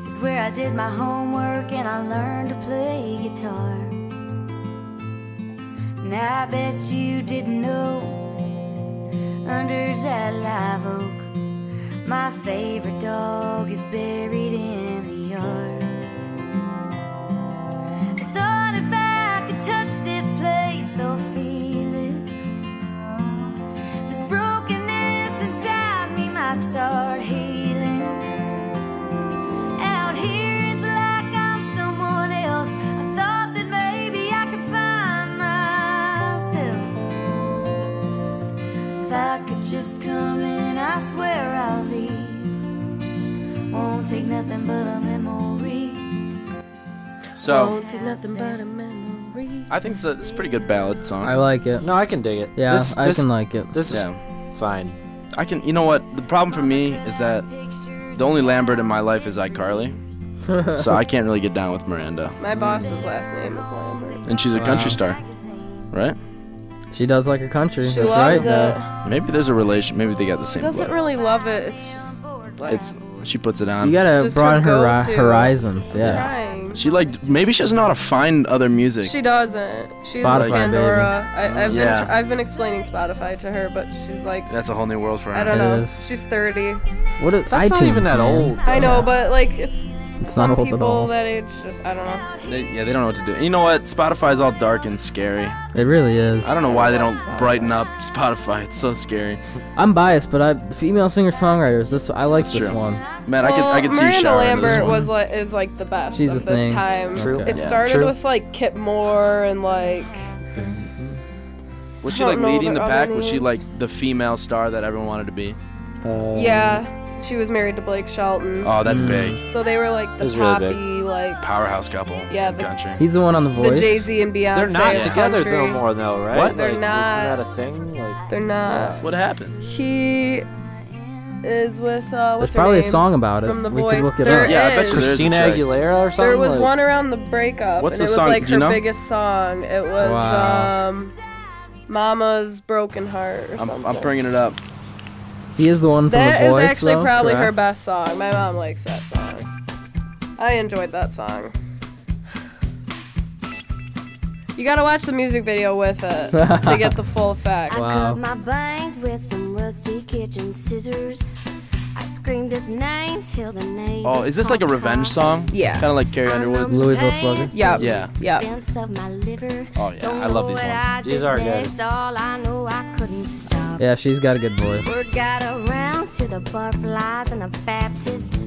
S17: is where I did my homework and I learned to play guitar. And I bet you didn't know under that live oak My favorite dog is buried in the yard. I thought if I could touch this place or feel it, this brokenness inside me might start healing. Out here, it's like I'm someone else. I thought that maybe I could find myself. If I could just come in, I swear I'll leave. Won't take nothing but a memory.
S6: So
S7: Won't take nothing but a memory.
S6: I think it's a, it's a pretty good ballad song.
S1: I like it.
S3: No, I can dig it.
S1: Yeah,
S6: This-
S1: I
S6: this-
S1: can like it.
S3: This is fine.
S6: I can. You know what? The problem for me is that the only Lambert in my life is iCarly, so I can't really get down with Miranda.
S7: My boss's last name is Lambert.
S6: And she's a
S1: Wow.
S6: country star, right?
S1: She does like her country.
S7: She
S1: That's
S7: loves
S1: right. though.
S6: Maybe there's a relation. Maybe they got the
S7: She
S6: same
S7: doesn't
S6: blood.
S7: really love it. It's just like
S6: It's she puts it on.
S1: You gotta
S7: just her
S1: broaden her, ri-
S7: go-to.
S1: horizons. Yeah.
S7: trying.
S6: She like maybe she doesn't know how to find other music.
S7: She doesn't. She's
S6: Spotify, baby.
S7: Pandora. I, I've
S6: Yeah.
S7: been tr- I've been explaining Spotify to her, but she's like,
S6: That's a whole new world for her.
S7: I don't
S1: It
S7: know.
S1: is.
S7: She's 30.
S1: What? Is,
S3: That's not
S1: iTunes,
S3: even that
S1: man.
S3: old.
S7: I know, but like it's.
S1: It's
S7: some
S1: not old at
S7: people
S1: all.
S7: that age just I don't know.
S6: They, yeah, they don't know what to do. You know what? Spotify's all dark and scary.
S1: It really is.
S6: I don't know why they don't brighten up Spotify. It's so scary.
S1: I'm biased, but I female singer songwriters. This I like
S6: That's
S1: this
S6: true.
S1: one.
S6: Man, I could I
S7: Well,
S6: could see you
S7: Miranda
S6: showering into this
S7: Lambert
S6: one.
S7: was like is like the best
S1: She's
S7: of
S1: the
S7: this
S1: thing.
S7: time.
S1: True.
S7: It
S1: Yeah.
S7: started
S1: True.
S7: with like Kip Moore and like
S6: Was
S7: I
S6: she
S7: don't
S6: like
S7: know
S6: leading
S7: the
S6: the pack?
S7: other
S6: Was she
S7: names.
S6: like the female star that everyone wanted to be?
S3: Uh,
S7: yeah, she was married to Blake Shelton.
S6: Oh, that's big.
S7: So they were like the
S6: This is really
S7: poppy
S6: big.
S7: like
S6: Powerhouse couple.
S7: Yeah,
S6: in
S7: the-
S6: country.
S1: He's the one on the
S7: the
S1: voice.
S7: Jay Z and Beyonce.
S3: They're not
S7: of
S3: together
S7: country.
S3: no more though, right?
S6: What?
S7: They're
S3: Like,
S7: not.
S3: Isn't that a thing? Like,
S7: They're not.
S6: What happened?
S7: He is with uh,
S1: There's
S7: what's her
S1: probably a
S7: name?
S1: song about it.
S7: From the
S1: We could
S7: voice.
S1: look it
S7: There
S1: up. Yeah, I bet
S7: is.
S6: you there's a
S3: Christina
S6: track.
S3: Aguilera or something.
S7: There was
S3: Like,
S7: one around the breakup,
S6: What's
S7: and it
S6: the
S7: was
S6: song?
S7: like
S6: Do you
S7: her
S6: know?
S7: biggest song. It was
S1: Wow.
S7: um, "Mama's Broken Heart" or
S6: I'm,
S7: something.
S6: I'm bringing it up.
S1: He is the one from
S7: That
S1: the
S7: is
S1: voice.
S7: actually
S1: though,
S7: probably her
S1: correct?
S7: best song. My mom likes that song. I enjoyed that song. You gotta watch the music video with it to get the full effect.
S17: I cut my bangs with some rusty kitchen scissors. I screamed his name till the name.
S6: Oh, is this like a revenge song?
S7: Yeah.
S6: Kind of like Carrie Underwood's.
S1: Louisville Slugger.
S7: Yep.
S6: Yeah.
S7: Yep.
S17: Of my liver.
S6: Oh yeah, I love these ones.
S3: These are good.
S17: Next, all I know I couldn't stop.
S1: Yeah, she's got a good voice.
S17: Word got around to the butterflies and the Baptist.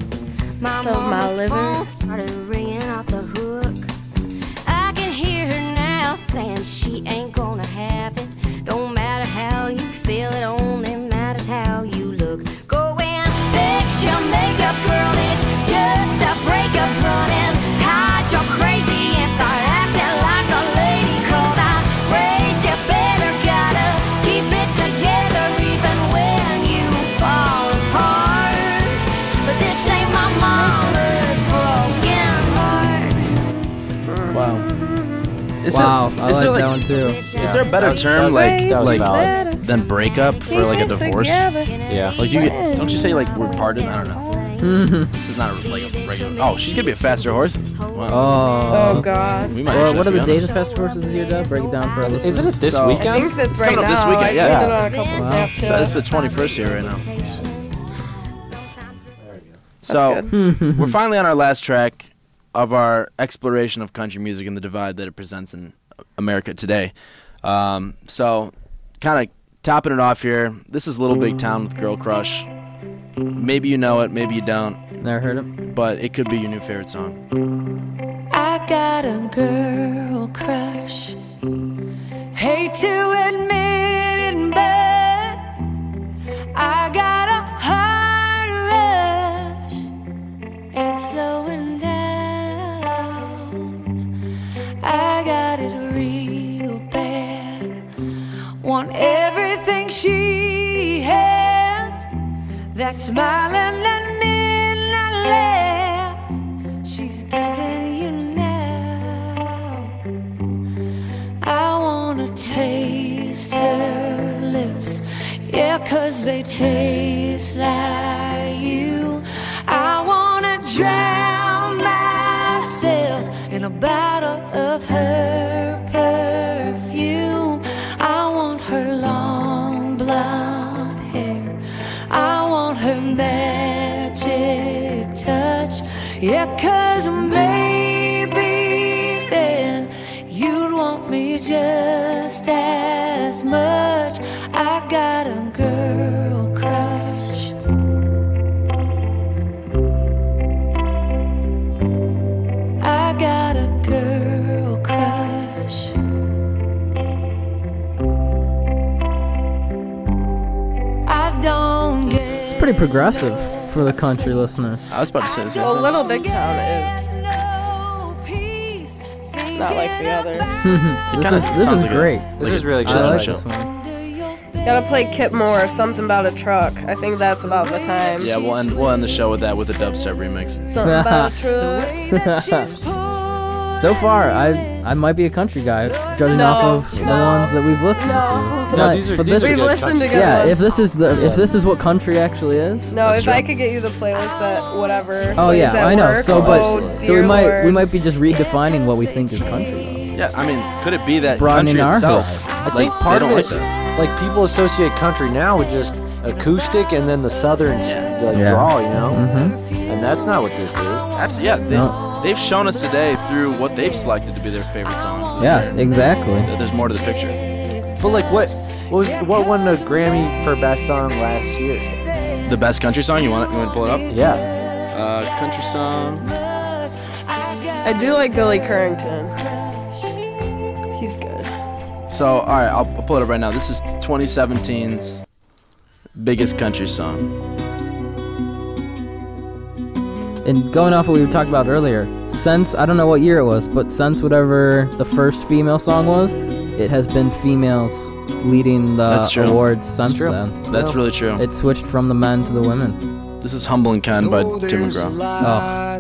S17: My
S7: Some of my
S17: mama's
S7: liver.
S17: phone started ringing off the hook. I can hear her now saying she ain't gonna have it. Don't matter how you feel, it only matters how you look. Go and fix your makeup, girl. It's just a breakup running. Hide your crazy and start acting like a lady. Cause I raised you better. Gotta keep it together even when you fall apart. But this ain't my mama's broken heart.
S6: Wow. Is
S1: wow,
S6: It,
S1: I
S6: is
S1: like,
S6: it
S1: that one too.
S6: Is there a better term like
S3: that was
S6: like
S3: valid.
S6: than breakup for like a divorce?
S3: Yeah.
S6: Like you get, don't you say like we're parted? I don't know. This is not a, like a regular. Oh, she's gonna be a faster horses. Wow.
S1: Oh.
S7: Oh God.
S6: We might
S1: Well,
S6: actually
S1: what are
S6: have
S1: the
S6: to
S1: days of fest versus year dub? Break it down for our listeners.
S3: Isn't it this
S6: So-
S7: I
S3: weekend?
S7: think that's
S6: It's
S7: right
S6: coming up
S7: now.
S6: this weekend,
S7: I've
S6: yeah.
S7: seen it on a couple
S1: Wow.
S7: Snapchats.
S6: So it's the 21st year right now. So
S7: That's
S6: we're finally on our last track of our exploration of country music and the divide that it presents in America today. Um, so, kind of topping it off here. This is Little Big Town with Girl Crush. Maybe you know it, maybe you don't,
S1: Never heard it.
S6: but it could be your new favorite song.
S18: I got a girl crush. Hate to admit it, but I got a heart rush. It's slowing down. I got it real bad. Want everything she has. That smile and that midnight laugh. She's giving you now. I wanna taste her lips, yeah, cause they taste like you. I wanna drown myself in a bottle of her perfume. I want her long blonde hair, I want her. Magic Yeah, 'cause maybe then you'd want me just as much. I got a girl crush. I got a girl crush. I don't get.
S1: It's pretty progressive for the country listener.
S6: I was about to say this.
S7: Well, Little Big Town is not like the others.
S1: this
S6: kinda
S1: is this
S6: sounds
S1: is
S6: like a-
S1: great.
S6: This is really
S1: I like
S6: chill.
S1: this one.
S7: Gotta play Kip Moore, something about a truck. I think that's about the time.
S6: Yeah, we'll end, we'll end the show with that with a dubstep remix.
S7: Something about a truck.
S1: so far, I I might be a country guy, judging
S7: No,
S1: off of the
S7: no,
S1: ones that we've listened to.
S7: no.
S6: No,
S1: But-
S6: these are-
S1: but
S6: these
S1: this-
S6: are We've good listened
S7: to country. good
S1: Yeah,
S7: ones.
S1: if this is the
S7: Yeah.
S1: if this is what country actually is.
S7: No,
S1: that's
S7: if
S1: true.
S7: I could get you the playlist that whatever.
S1: Oh
S7: is
S1: yeah,
S7: at
S1: I know.
S7: work,
S1: so, but
S7: oh,
S1: so we
S7: dear
S1: might we
S7: Lord.
S1: might be just redefining what we think is country.
S6: Yeah, I mean, could it be that
S1: Broadening
S6: country
S1: our
S6: itself?
S1: horizon.
S3: I think
S6: like,
S3: part
S6: they
S3: of
S6: don't
S3: it,
S6: like that.
S3: like people associate country now with just acoustic and then the southern s- like
S1: Yeah.
S3: drawl, you know.
S1: Mhm.
S3: And that's not what this is.
S6: Absolutely, yeah. They,
S1: No.
S6: They've shown us today through what they've selected to be their favorite songs.
S1: Yeah,
S6: They're-
S1: exactly.
S6: that There's more to the picture.
S3: But like, what, what was what won the Grammy for best song last year?
S6: The best country song. You want it? You want to pull it up?
S3: Yeah.
S6: Uh, country song.
S7: I do like Billy Currington. He's good.
S6: So, all right, I'll, I'll pull it up right now. This is 2017's biggest country song.
S1: And going off what we talked about earlier, since I don't know what year it was, but since whatever the first female song was, it has been females leading the
S6: That's true.
S1: awards
S6: That's
S1: since
S6: true.
S1: then.
S6: That's really true.
S1: It switched from the men to the women.
S6: This is Humble and Kind by Tim McGraw.
S1: Oh,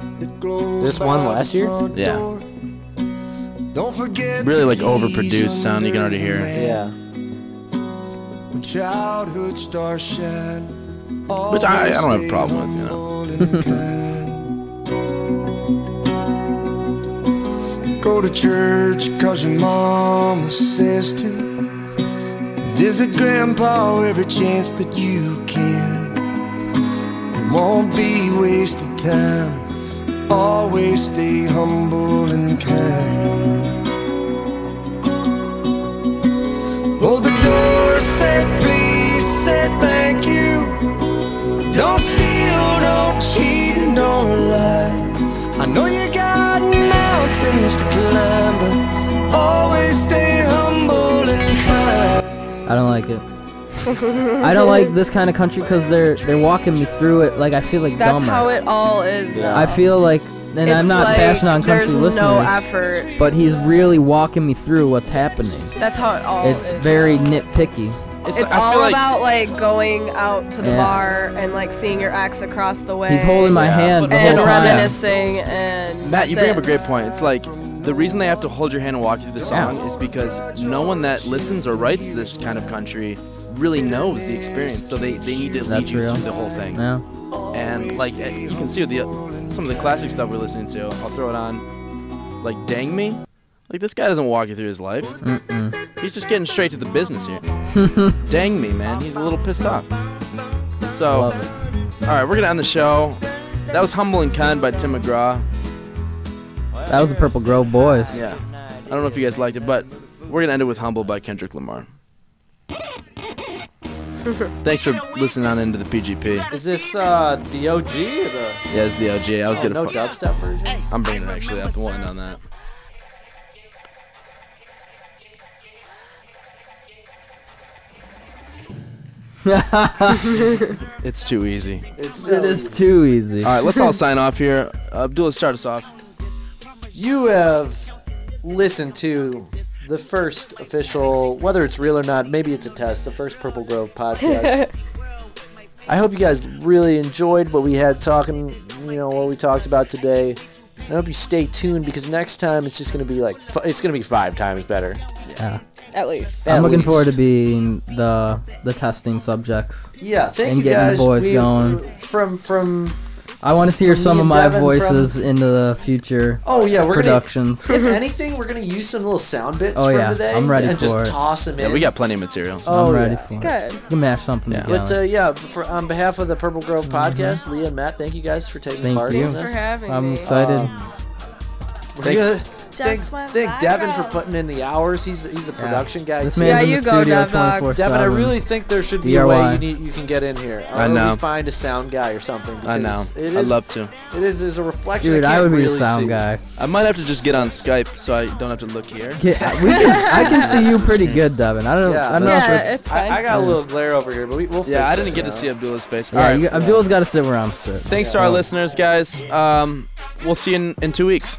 S3: This one last year?
S6: Yeah. Really like overproduced sound. You can already hear. it.
S3: Yeah.
S15: When childhood stars shine.
S6: Which I, I don't have a problem with. You know.
S15: Go to church cause your mama says to. Visit grandpa every chance that you can. It won't be wasted time. Always stay humble and kind. Oh, the door said please, said thank you. Don't steal, don't cheat, and don't lie. I know you got mountains to climb, but always stay humble and kind.
S1: I don't like it. I don't like this kind of country because they're they're walking me through it. Like I feel like
S7: That's
S1: dumber.
S7: how it all is. now.
S1: I feel like, and
S7: It's
S1: I'm not
S7: like
S1: bashing on country
S7: there's
S1: listeners,
S7: no effort.
S1: but he's really walking me through what's happening.
S7: That's how it all
S1: It's
S7: is.
S1: very nitpicky.
S7: It's, all about like going out to the
S1: Yeah.
S7: bar and like seeing your ex across the way.
S1: He's holding my hand the
S7: and
S1: whole time.
S7: reminiscing and
S6: Matt, you
S7: that's
S6: bring up a
S7: it.
S6: great point. It's like the reason they have to hold your hand and walk you through the song is because no one that listens or writes this kind of country really knows the experience, so they, they need to lead
S1: That's
S6: you
S1: real.
S6: through the whole thing.
S1: Yeah.
S6: And like eh, you can see with the some of the classic stuff we're listening to. I'll throw it on, like "Dang Me." Like this guy doesn't walk you through his life.
S1: Mm-mm.
S6: He's just getting straight to the business here. Dang me, man. He's a little pissed off. So, all
S1: Love it.
S6: right, we're gonna end the show. That was "Humble and Kind" by Tim McGraw.
S1: That was the Purple Grove Boys.
S6: Yeah. I don't know if you guys liked it, but we're going to end it with Humble by Kendrick Lamar. Thanks for listening on into the PGP.
S3: Is this uh the OG or the?
S6: Yeah, it's the LG. I was going to
S3: Oh, no dubstep version.
S6: I'm bringing it actually up. We'll end on that. it's too easy.
S3: um,
S1: It is too easy.
S6: All right, let's all sign off here. Abdullah, start us off.
S3: You have listened to the first official, whether it's real or not, maybe it's a test, the first Purple Grove podcast. I hope you guys really enjoyed what we had talking, you know, what we talked about today. I hope you stay tuned because next time it's just going to be like, fi- it's going to be five times better.
S1: Yeah.
S7: At least.
S1: I'm
S3: At
S1: looking forward to
S3: least.
S1: being the the testing subjects.
S3: Yeah, thank
S1: and
S3: you
S1: getting
S3: guys.
S1: the boys
S3: We've-
S1: going.
S3: From, from,
S1: I want to hear
S3: From
S1: some of
S3: me and
S1: my
S3: Devin from-
S1: voices into the future.
S3: Oh yeah, we're
S1: productions.
S3: Gonna, if anything, we're gonna use some little sound bits
S1: Oh,
S3: from
S1: yeah,
S3: today
S1: I'm ready
S3: and
S1: for
S3: just
S1: it.
S3: toss them
S6: Yeah,
S3: in.
S6: we got plenty of material.
S3: Oh,
S1: I'm ready
S3: yeah.
S1: for it.
S3: Good.
S1: We can mash something
S6: Yeah.
S1: together.
S3: But uh, yeah, for, on behalf of the Purple Grove podcast, Leah and Matt, thank you guys for taking
S1: Thank
S3: part
S1: you.
S3: in this.
S1: I'm excited.
S3: We're
S1: Thanks.
S3: gonna thank,
S1: Just went
S3: thank Devin for putting in the hours. He's he's a production guy.
S1: This
S3: too.
S1: man's Yeah, in the you go, studio Dev Dog.
S3: Devin, I
S1: 24/7.
S3: really think there should be a way
S1: DRY.
S3: you need you can get in here.
S6: I
S3: Or
S6: know.
S3: We find a sound guy or something.
S6: I
S3: because
S6: know.
S3: It
S6: I'd
S3: is,
S6: love to.
S3: It is is a reflection.
S1: Dude,
S3: I,
S1: I
S3: can't
S1: would be a
S3: really
S1: sound
S3: see.
S1: guy.
S6: I might have to just get on Skype so I don't have to look here.
S1: Yeah, we can, I can see you pretty good, Devin. I don't.
S6: Yeah,
S1: I don't
S6: that's
S1: know
S6: true.
S1: if it's,
S3: I, I got a
S1: Yeah.
S3: little glare over here, but we, we'll.
S6: Yeah,
S3: fix
S6: I didn't
S3: it,
S6: get to
S3: you know?
S6: see Abdullah's face.
S1: Yeah,
S6: All right.
S1: you, Abdul's got to sit where I'm sitting.
S6: Thanks to our listeners, guys. Um, we'll see you in, in two weeks.